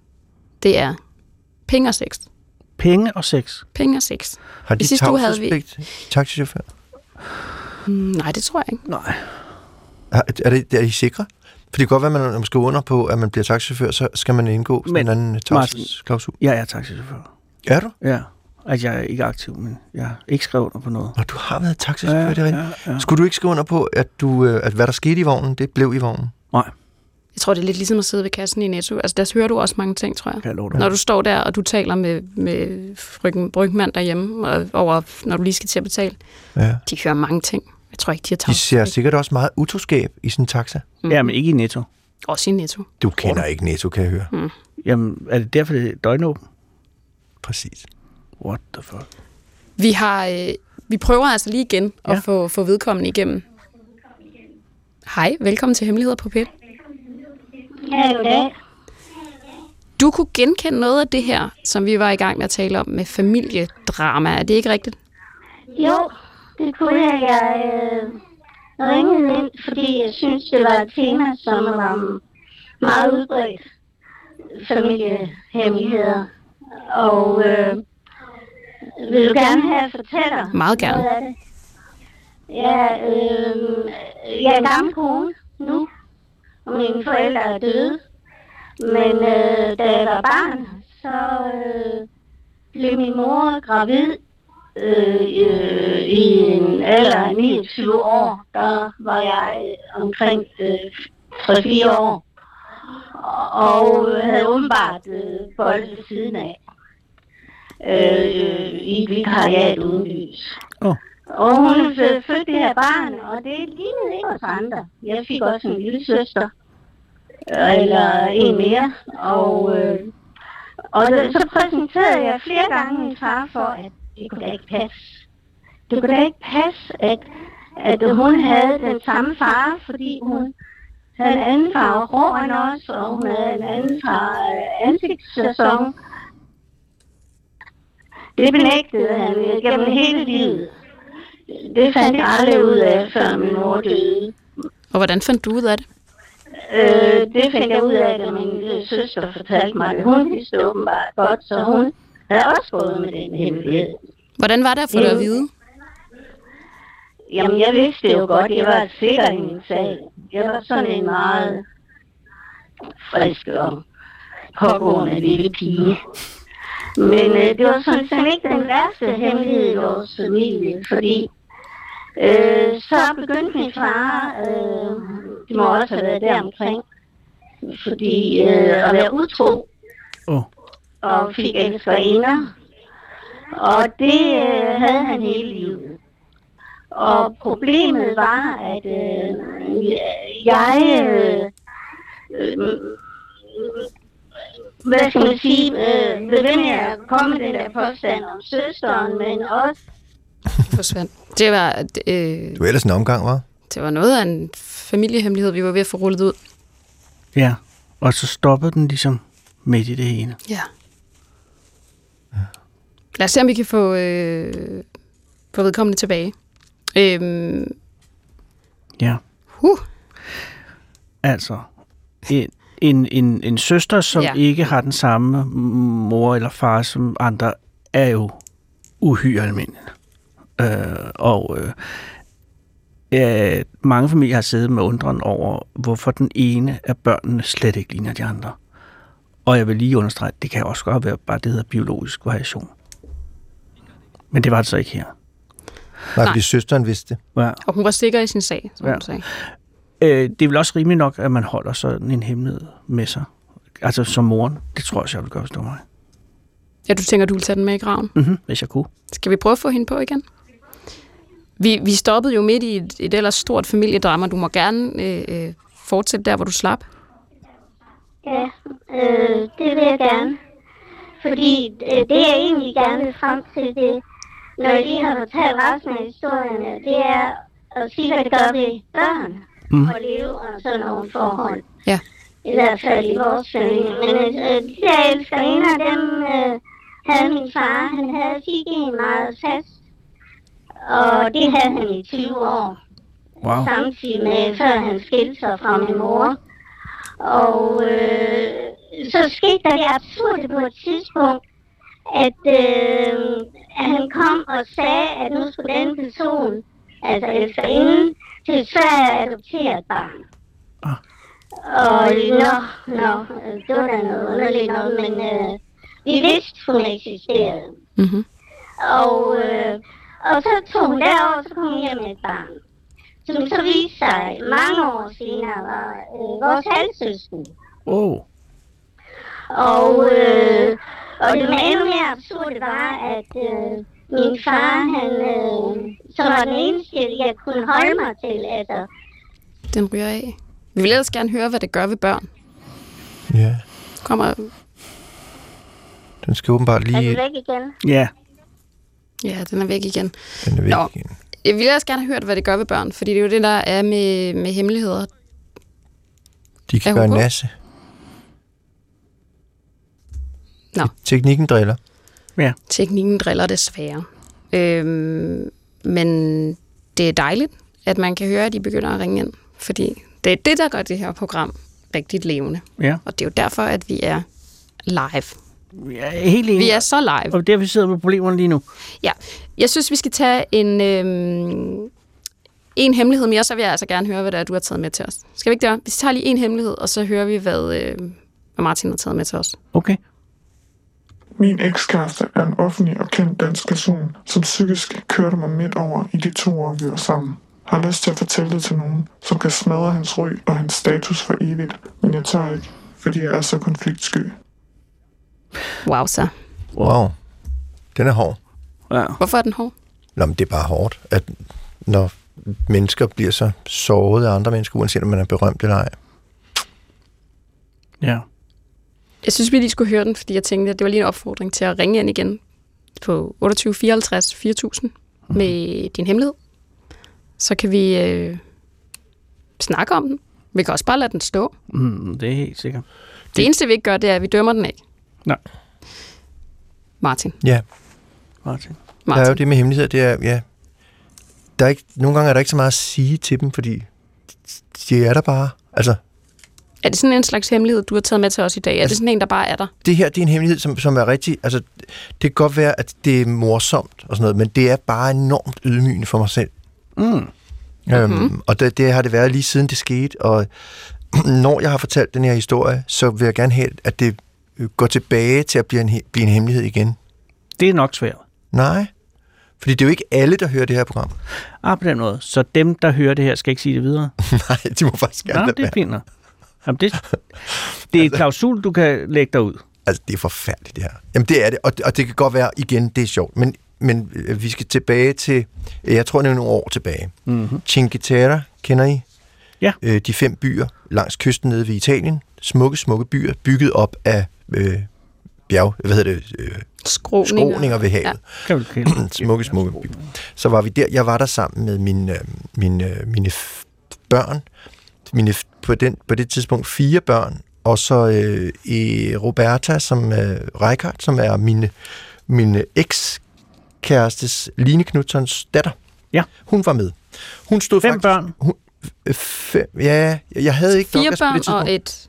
[SPEAKER 4] det er penge og sex.
[SPEAKER 5] Penge og sex.
[SPEAKER 4] Penge og sex.
[SPEAKER 7] Har de
[SPEAKER 4] I sidste uge havde vi-
[SPEAKER 7] tavshedspligt, taxichauffør?
[SPEAKER 4] Mm, Nej, det tror jeg ikke.
[SPEAKER 5] Nej.
[SPEAKER 7] Har- Er, det, er I sikre? For det kan godt være, at man måske under på, at man bliver taxichauffør, så skal man indgå sådan
[SPEAKER 5] Men,
[SPEAKER 7] en anden tavshedsklausul.
[SPEAKER 5] Jeg er taxichauffør.
[SPEAKER 7] Er du?
[SPEAKER 5] Ja. Altså, jeg er ikke aktiv, men jeg har ikke skrevet under på noget.
[SPEAKER 7] Når du har været taxichauffør,
[SPEAKER 5] Ja,
[SPEAKER 7] det er rigtigt. Ja, ja. Skulle du ikke skrive under på, at, du, øh, at hvad der skete i vognen, det blev i vognen?
[SPEAKER 5] Nej,
[SPEAKER 4] Jeg tror, det er lidt ligesom at sidde ved kassen i Netto. Altså, der hører du også mange ting, tror jeg.
[SPEAKER 5] kan jeg love dig.
[SPEAKER 4] Når du står der, og du taler med, med frygten Brygmand derhjemme, og over, når du lige skal til at betale,
[SPEAKER 7] Ja.
[SPEAKER 4] de hører mange ting. Jeg tror ikke, de har
[SPEAKER 7] De
[SPEAKER 4] taget
[SPEAKER 7] ser sikkert også meget utroskab i sådan en taxa.
[SPEAKER 5] Ja, men ikke i Netto.
[SPEAKER 4] Også i Netto.
[SPEAKER 7] Du kender ikke Netto, kan jeg høre.
[SPEAKER 4] Hmm.
[SPEAKER 7] Mm.
[SPEAKER 5] Jamen, er det derfor, det er døgnåben?
[SPEAKER 7] Præcis.
[SPEAKER 5] What the fuck?
[SPEAKER 4] Vi, har, øh, vi prøver altså lige igen at
[SPEAKER 5] Ja.
[SPEAKER 4] få, få vedkommende igennem. Hej, velkommen til Hemmeligheder på PET.
[SPEAKER 1] Goddag.
[SPEAKER 4] Du kunne genkende noget af det her, som vi var i gang med at tale om med familiedrama. Er det ikke rigtigt?
[SPEAKER 1] Jo, det kunne jeg. Jeg øh, ringede ind, fordi jeg synes, det var et tema, som var meget udbredt. Familiehemmeligheder. Og øh, vil du gerne have, at jeg fortæller?
[SPEAKER 4] Meget gerne.
[SPEAKER 1] Hvad er det? Ja, øh, jeg er en gammel kone nu, og mine forældre er døde. Men øh, da jeg var barn, så øh, blev min mor gravid øh, øh, i en alder af 29 år. Der var jeg øh, omkring øh, 3-4 år, og øh, havde åbenbart øh, boldet ved siden af øh, i et vikariat uden lys. Og hun er født, født det her barn, og det lignede ikke os andre. Jeg fik også en lille søster, eller en mere, og, øh, og det- så præsenterede jeg flere gange min far for, at det kunne da ikke passe. Det kunne da ikke passe, at, at hun havde den samme far, fordi hun havde en anden farve hår end os, og hun havde en anden farve øh, ansigtssæson. Det benægtede han gennem hele livet. Det fandt jeg aldrig ud af, før min mor døde.
[SPEAKER 4] Og hvordan fandt du ud af det?
[SPEAKER 1] Øh, det fandt jeg ud af, da min lille søster fortalte mig det. Hun vidste åbenbart godt, så hun havde også gået med den hemmelighed.
[SPEAKER 4] Hvordan var det at få det at
[SPEAKER 1] Ja.
[SPEAKER 4] vide?
[SPEAKER 1] Jamen, jeg vidste det jo godt. Jeg var sikker i min sag. Jeg var sådan en meget frisk og pågående lille pige. Men øh, det var sådan set ikke den værste hemmelighed i vores familie, fordi øh, så begyndte min far, øh, det må også have været deromkring, fordi øh, at være utro
[SPEAKER 5] Åh.
[SPEAKER 1] og fik elskerinder, og det øh, havde han hele livet. Og problemet var, at øh, jeg... Øh, øh, hvad skal man sige? Øh, ved ved med at komme med den der påstand om søsteren, men også...
[SPEAKER 4] Forsvandt. Det var, øh,
[SPEAKER 7] Det var ellers en omgang, var?
[SPEAKER 4] det var noget af en familiehemmelighed, vi var ved at få rullet ud.
[SPEAKER 5] Ja, og så stoppede den ligesom midt i det ene.
[SPEAKER 4] Ja. Lad os se, om vi kan få, øh, få vedkommende tilbage. Øhm,
[SPEAKER 5] Ja.
[SPEAKER 4] huh.
[SPEAKER 5] Altså, en, en, en, en søster, som ja.
[SPEAKER 4] Ja.
[SPEAKER 5] ikke har den samme mor eller far som andre, er jo uhyre almindelig. Øh, og øh, ja, mange familier har siddet med undren over, hvorfor den ene af børnene slet ikke ligner de andre. Og jeg vil lige understrege, at det kan også godt være bare det hedder biologisk variation. Men det var det så ikke her.
[SPEAKER 7] Nej, fordi søsteren vidste det.
[SPEAKER 5] Ja.
[SPEAKER 4] Og hun var sikker i sin sag, som
[SPEAKER 5] Ja.
[SPEAKER 4] ja. hun sagde.
[SPEAKER 5] Øh, det er vel også rimeligt nok, at man holder sådan en hemmelighed med sig. Altså som moren. Det tror jeg også, jeg ville gøre, hvis det var mig.
[SPEAKER 4] Ja, du tænker, du vil tage den med i graven.
[SPEAKER 5] Mm-hmm. Hvis jeg kunne.
[SPEAKER 4] Skal vi prøve at få hende på igen? Vi, vi stoppede jo midt i et, et ellers stort familiedrama. Du må gerne øh, øh, fortsætte der, hvor du slap.
[SPEAKER 10] Ja, øh, det vil jeg gerne. Fordi øh, det, jeg egentlig gerne vil frem til, det, når jeg lige har fortalt resten af historierne, det er at sige, hvad det gør ved børn mm. at leve under sådan nogle forhold.
[SPEAKER 4] Ja.
[SPEAKER 10] I hvert fald i vores familie. Men øh, de der elskerinder, dem øh, havde min far. Han havde fik en meget fast. Og det havde han i 20 år
[SPEAKER 5] Wow.
[SPEAKER 10] samtidig med, før han skilte sig fra min mor. Og øh, så skete der det absurde på et tidspunkt, at, øh, at han kom og sagde, at nu skulle den person, altså efter inden, til Sverige og adoptere et barn.
[SPEAKER 5] Ah.
[SPEAKER 10] Og nå, nå, øh, det var da noget underligt noget, men øh, vi vidste, hun eksisterede.
[SPEAKER 4] Mm-hmm.
[SPEAKER 10] Og, øh, og så tog hun derover, og så kom hun hjem med et barn. Som så viste sig mange år senere var øh, vores halvsøsken.
[SPEAKER 5] Oh.
[SPEAKER 10] Og, øh, og det med endnu mere absurde var, at øh, min far, han, øh, som var den eneste, jeg kunne holde mig til, altså,
[SPEAKER 4] Den ryger af. Vi vil ellers gerne høre, hvad det gør ved børn.
[SPEAKER 7] Ja.
[SPEAKER 4] Kommer,
[SPEAKER 7] Den skal åbenbart
[SPEAKER 10] er den
[SPEAKER 7] lige...
[SPEAKER 10] væk igen.
[SPEAKER 5] Ja.
[SPEAKER 4] ja, den er væk igen.
[SPEAKER 7] Den er væk
[SPEAKER 4] Nå.
[SPEAKER 7] igen.
[SPEAKER 4] Jeg vil ellers gerne høre, hvad det gør ved børn, fordi det er jo det, der er med, med hemmeligheder.
[SPEAKER 7] De
[SPEAKER 4] Er
[SPEAKER 7] kan
[SPEAKER 4] hun
[SPEAKER 7] gøre en
[SPEAKER 4] på?
[SPEAKER 7] masse.
[SPEAKER 4] Nå.
[SPEAKER 7] Teknikken driller.
[SPEAKER 4] Teknikken driller desværre. Øhm, men det er dejligt, at man kan høre, at de begynder at ringe ind, fordi det er det, der gør det her program rigtigt levende.
[SPEAKER 5] Ja.
[SPEAKER 4] Og det er jo derfor, at vi er live.
[SPEAKER 5] Jeg er helt enig.
[SPEAKER 4] Vi er så live.
[SPEAKER 5] Og det er, vi sidder med problemerne lige nu.
[SPEAKER 4] Ja. Jeg synes, vi skal tage en, øhm, en hemmelighed mere, så vil jeg altså gerne høre, hvad det er, du har taget med til os. Skal vi ikke det? Vi tager lige en hemmelighed, og så hører vi, hvad, øhm, hvad Martin har taget med til os.
[SPEAKER 5] Okay.
[SPEAKER 8] Min ekskæreste er en offentlig og kendt dansk person, som psykisk kørte mig midt over i de to år, vi var sammen. Har lyst til at fortælle det til nogen, som kan smadre hans ryg og hans status for evigt, men jeg tør ikke, fordi jeg er så konfliktsky.
[SPEAKER 4] Wow, så.
[SPEAKER 7] Wow. Den er hård.
[SPEAKER 5] Ja.
[SPEAKER 4] Hvorfor er den hård?
[SPEAKER 7] Nå, men det er bare hårdt, at når mennesker bliver så såret af andre mennesker, uanset om man er berømt eller ej.
[SPEAKER 5] Ja.
[SPEAKER 4] Jeg synes, vi lige skulle høre den, fordi jeg tænkte, at det var lige en opfordring til at ringe ind igen på 28 54 4000 med din hemmelighed. Så kan vi øh, snakke om den. Vi kan også bare lade den stå.
[SPEAKER 5] Mm, det er helt sikkert.
[SPEAKER 4] Det eneste, vi ikke gør, det er, at vi dømmer den ikke.
[SPEAKER 5] Nej.
[SPEAKER 4] Martin.
[SPEAKER 7] Ja,
[SPEAKER 5] Martin.
[SPEAKER 7] der er jo
[SPEAKER 4] Martin.
[SPEAKER 7] det med hemmeligheder, det er, ja, der er ikke, nogle gange er der ikke så meget at sige til dem, fordi de er der bare. Altså,
[SPEAKER 4] Er det sådan en slags hemmelighed, du har taget med til os i dag? Er det sådan en, der bare er der?
[SPEAKER 7] det her, det er en hemmelighed, som, som er rigtig, altså, det kan godt være, at det er morsomt og sådan noget, men det er bare enormt ydmygende for mig selv.
[SPEAKER 5] Mm.
[SPEAKER 7] Mm-hmm. Øhm, og det, det har det været lige siden det skete, og når jeg har fortalt den her historie, så vil jeg gerne have, at det øh, går tilbage til at blive en, he- blive en hemmelighed igen.
[SPEAKER 5] Det er nok svært.
[SPEAKER 7] Nej, fordi det er jo ikke alle, der hører det her program.
[SPEAKER 5] Ah, på den måde. Så dem, der hører det her, skal ikke sige det videre.
[SPEAKER 7] Nej, de må faktisk gerne
[SPEAKER 5] Ja,
[SPEAKER 7] lade
[SPEAKER 5] det Altså- er
[SPEAKER 7] være.
[SPEAKER 5] fint. nok. Jamen, det, det er et klausul, du kan lægge dig ud.
[SPEAKER 7] Altså, det er forfærdeligt, det her. Jamen, det er det, og, og det kan godt være, igen, det er sjovt, men, men øh, vi skal tilbage til, øh, jeg tror, det er nogle år tilbage. Mm-hmm. Cinque Terre, kender I?
[SPEAKER 5] Ja.
[SPEAKER 7] Øh, de fem byer langs kysten nede ved Italien. Smukke, smukke byer, bygget op af øh, bjerg, hvad hedder det, øh,
[SPEAKER 4] Skråninger.
[SPEAKER 7] skråninger ved havet.
[SPEAKER 5] Kan du
[SPEAKER 7] Ja. Smukke, smukke byer. Så var vi der, jeg var der sammen med min, øh, min, øh, mine f- børn, mine f- på, den, på det tidspunkt fire børn, og så øh, i Roberta, som øh, Reichardt, som er mine min øh, ekskærestes Line Knudsons datter.
[SPEAKER 5] Ja.
[SPEAKER 7] Hun var med. Hun stod
[SPEAKER 5] Fem
[SPEAKER 7] faktisk...
[SPEAKER 5] børn.
[SPEAKER 7] Hun, øh, fem, ja, jeg havde ikke
[SPEAKER 4] Fire
[SPEAKER 7] Douglas på det
[SPEAKER 4] børn og
[SPEAKER 7] tidspunkt.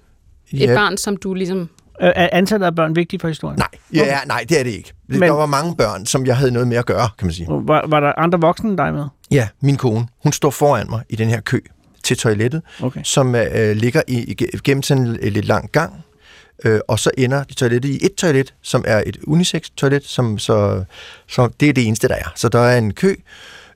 [SPEAKER 4] et, et
[SPEAKER 7] ja,
[SPEAKER 4] barn, som du ligesom...
[SPEAKER 5] Øh, Er antallet af børn vigtigt for historien?
[SPEAKER 7] Nej, ja, ja, nej, det er det ikke. Men,
[SPEAKER 5] Men-
[SPEAKER 7] der var mange børn, som jeg havde noget med at gøre, kan man sige.
[SPEAKER 5] Var, var der andre voksne end dig med?
[SPEAKER 7] Ja, min kone, hun står foran mig i den her kø til toilettet,
[SPEAKER 5] Okay.
[SPEAKER 7] som øh, ligger i, i- gennem sådan en lidt lang gang, øh, og så ender toilettet i et toilet, som er et unisex-toilet, som så, så det er det eneste, der er. Så der er en kø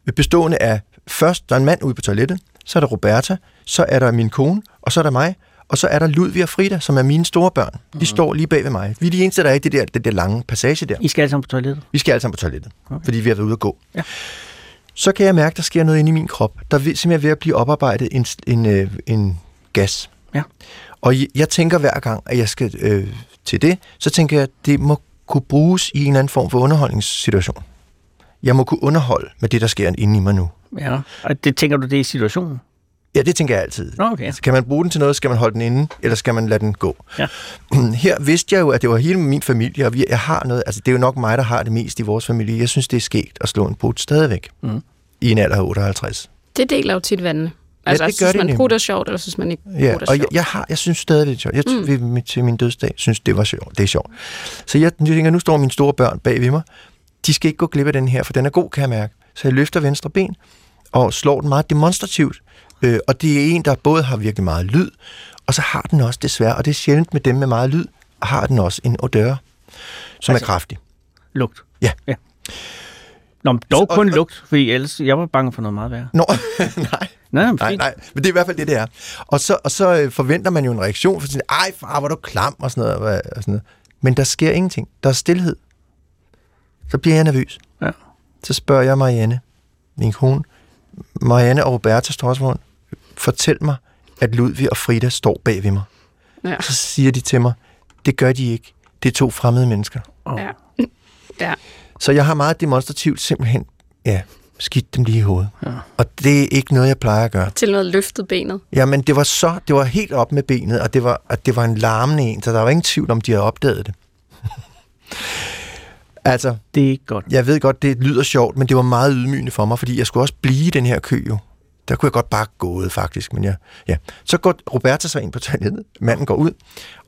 [SPEAKER 7] øh, bestående af, først der er en mand ude på toilettet, så er der Roberta, så er der min kone, og så er der mig, og så er der Ludvig og Frida, som er mine store børn. De står lige bag ved mig. Vi er de eneste, der er i det der, det der lange passage der.
[SPEAKER 5] I skal alle sammen på toilettet.
[SPEAKER 7] Vi skal alle sammen på toilettet, okay. fordi vi har været ude at gå. Ja. Så kan jeg mærke, der sker noget inde i min krop. Der er ved- simpelthen ved at blive oparbejdet en, en, øh, en gas.
[SPEAKER 5] Ja.
[SPEAKER 7] Og je- jeg tænker hver gang, at jeg skal øh, til det, så tænker jeg, at det må kunne bruges i en eller anden form for underholdningssituation. Jeg må kunne underholde med det, der sker inde i mig nu.
[SPEAKER 5] Ja. Og det tænker du, det er situationen? Altså,
[SPEAKER 7] Ja, det tænker jeg altid.
[SPEAKER 5] Nå, okay.
[SPEAKER 7] Kan man bruge den til noget, skal man holde den inde, eller skal man lade den gå?
[SPEAKER 5] Ja.
[SPEAKER 7] Her vidste jeg jo, at det var hele min familie, og vi, jeg har noget, altså det er jo nok mig, der har det mest i vores familie. Jeg synes, det er skægt at slå en brud stadigvæk mm. i en alder af 58.
[SPEAKER 4] Det deler jo tit vandene. Altså, ja,
[SPEAKER 7] det
[SPEAKER 4] det
[SPEAKER 7] gør
[SPEAKER 4] synes
[SPEAKER 7] det
[SPEAKER 4] man
[SPEAKER 7] nemlig.
[SPEAKER 4] prutter sjovt, eller synes man ikke
[SPEAKER 7] Ja,
[SPEAKER 4] prutter
[SPEAKER 7] og jeg,
[SPEAKER 4] sjovt.
[SPEAKER 7] jeg, har, jeg synes stadigvæk, det er sjovt. Jeg, mm. ved, mit- til min dødsdag synes, det var sjovt. Det er sjovt. Så jeg, jeg tænker, nu står mine store børn bag ved mig. De skal ikke gå glip af den her, for den er god, kan jeg mærke. Så jeg løfter venstre ben og slår den meget demonstrativt. Øh, og det er en, der både har virkelig meget lyd, og så har den også desværre, og det er sjældent med dem med meget lyd, har den også en odør, som altså, er kraftig.
[SPEAKER 5] Lugt.
[SPEAKER 7] Ja.
[SPEAKER 5] ja. Nå, men dog
[SPEAKER 7] Så-
[SPEAKER 5] kun
[SPEAKER 7] og-
[SPEAKER 5] lugt, fordi ellers, jeg var bange for noget meget værre.
[SPEAKER 7] Nå, nej.
[SPEAKER 5] Nej, men
[SPEAKER 7] Nej,
[SPEAKER 5] fint.
[SPEAKER 7] nej, men det er i hvert fald det, det er. Og så, og så øh, forventer man jo en reaktion, for sådan, ej far, hvor er du klam, og sådan, noget, og og sådan noget. Men der sker ingenting. Der er stillhed. Så bliver jeg nervøs.
[SPEAKER 5] Ja.
[SPEAKER 7] Så spørger jeg Marianne, min kone. Marianne og Roberta står også rundt. Fortæl mig, at Ludvig og Frida står bag ved mig.
[SPEAKER 4] Ja.
[SPEAKER 7] Så siger de til mig, det gør de ikke. Det er to fremmede mennesker.
[SPEAKER 4] Ja. ja.
[SPEAKER 7] Så jeg har meget demonstrativt simpelthen, ja, skidt dem lige i hovedet. Ja. Og det er ikke noget, jeg plejer at gøre.
[SPEAKER 4] Til noget løftet benet.
[SPEAKER 7] Jamen, det var så, det var helt op med benet, og det var, at det var en larmende en, så der var ingen tvivl om, de havde opdaget det. altså,
[SPEAKER 5] Det er ikke godt.
[SPEAKER 7] jeg ved godt, det lyder sjovt, men det var meget ydmygende for mig, fordi jeg skulle også blive i den her kø jo. Der kunne jeg godt bare gået, faktisk. Men jeg, ja. Så går Roberta så ind på toilettet, manden går ud,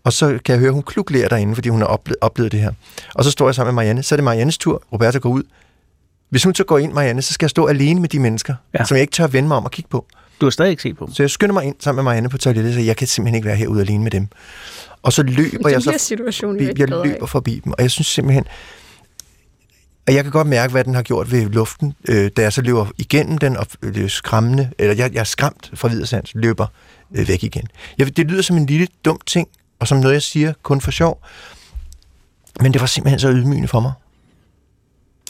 [SPEAKER 7] og så kan jeg høre, hun kluklerer derinde, fordi hun har oplevet, oplevet det her. Og så står jeg sammen med Marianne. Så er det Mariannes tur. Roberta går ud. Hvis hun så går ind, Marianne, så skal jeg stå alene med de mennesker,
[SPEAKER 5] Ja.
[SPEAKER 7] ja. som jeg ikke tør vende mig om at kigge på.
[SPEAKER 5] Du har stadig ikke set på dem.
[SPEAKER 7] Så jeg skynder mig ind sammen med Marianne på toilettet, så jeg kan simpelthen ikke være herude alene med dem. Og så løber
[SPEAKER 4] Den
[SPEAKER 7] jeg så
[SPEAKER 4] bliver situationen jo
[SPEAKER 7] forbi,
[SPEAKER 4] ikke
[SPEAKER 7] jeg
[SPEAKER 4] bedre
[SPEAKER 7] løber
[SPEAKER 4] af.
[SPEAKER 7] forbi dem, og jeg synes simpelthen, og jeg kan godt mærke, hvad den har gjort ved luften, øh, da jeg så løber igennem den og øh, skræmmende, eller jeg, jeg er skræmt fra videresands, løber øh, væk igen. Jeg, det lyder som en lille dum ting, og som noget, jeg siger kun for sjov, men det var simpelthen så ydmygende for mig.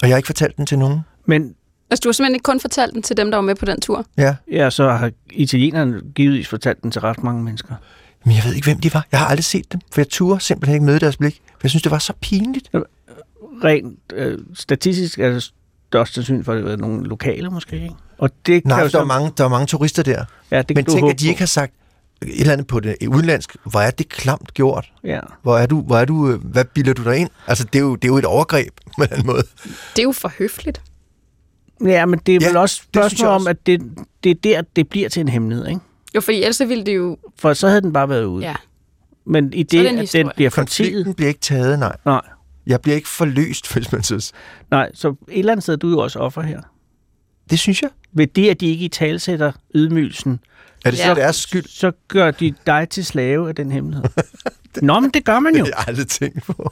[SPEAKER 7] Og jeg har ikke fortalt den til nogen.
[SPEAKER 5] Men
[SPEAKER 4] Altså, du har simpelthen ikke kun fortalt den til dem, der var med på den tur.
[SPEAKER 7] Ja,
[SPEAKER 5] ja, så har italienerne givetvis fortalt den til ret mange mennesker.
[SPEAKER 7] men jeg ved ikke, hvem de var. Jeg har aldrig set dem, for jeg turde simpelthen ikke møde deres blik, for jeg synes, det var så pinligt.
[SPEAKER 5] Rent øh, statistisk er det størst sandsynligt for, at det har været nogle lokale måske, ikke? Og det kan
[SPEAKER 7] Nej,
[SPEAKER 5] jo
[SPEAKER 7] for der er, mange, der er mange turister der.
[SPEAKER 5] Ja, det
[SPEAKER 7] Men
[SPEAKER 5] kan du
[SPEAKER 7] tænk,
[SPEAKER 5] håbe
[SPEAKER 7] at de ikke har sagt et eller andet på det udenlandsk. Hvor er det klamt gjort?
[SPEAKER 5] på. Ja.
[SPEAKER 7] Hvor er du, hvor er du, øh, hvad bilder du dig ind? Altså, det er jo, det er jo et overgreb på en anden måde.
[SPEAKER 4] Det er jo for høfligt.
[SPEAKER 5] ja, men det er
[SPEAKER 7] Ja,
[SPEAKER 5] vel også
[SPEAKER 7] det synes jeg
[SPEAKER 5] spørgsmål om,
[SPEAKER 7] også.
[SPEAKER 5] at det, det er der, det bliver til en hemmelighed, ikke?
[SPEAKER 4] Jo, fordi ellers så ville det jo...
[SPEAKER 5] For så havde den bare været ude.
[SPEAKER 4] Ja.
[SPEAKER 5] Men i
[SPEAKER 4] er
[SPEAKER 5] det,
[SPEAKER 4] det en
[SPEAKER 5] at den
[SPEAKER 4] historie.
[SPEAKER 5] bliver fortidet...
[SPEAKER 7] Konflikten bliver ikke taget, nej.
[SPEAKER 5] Nej,
[SPEAKER 7] Jeg bliver ikke forløst, hvis man synes.
[SPEAKER 5] nej, så et eller andet sted er du jo også offer her.
[SPEAKER 7] Det synes jeg.
[SPEAKER 5] Ved det, at de ikke i talsætter ydmygelsen,
[SPEAKER 7] Er det ja.
[SPEAKER 4] Ja.
[SPEAKER 7] så deres skyld?
[SPEAKER 5] så gør de dig til slave af den hemmelighed. Nå, men det gør man
[SPEAKER 7] Det
[SPEAKER 5] jo.
[SPEAKER 7] har jeg aldrig tænkt på.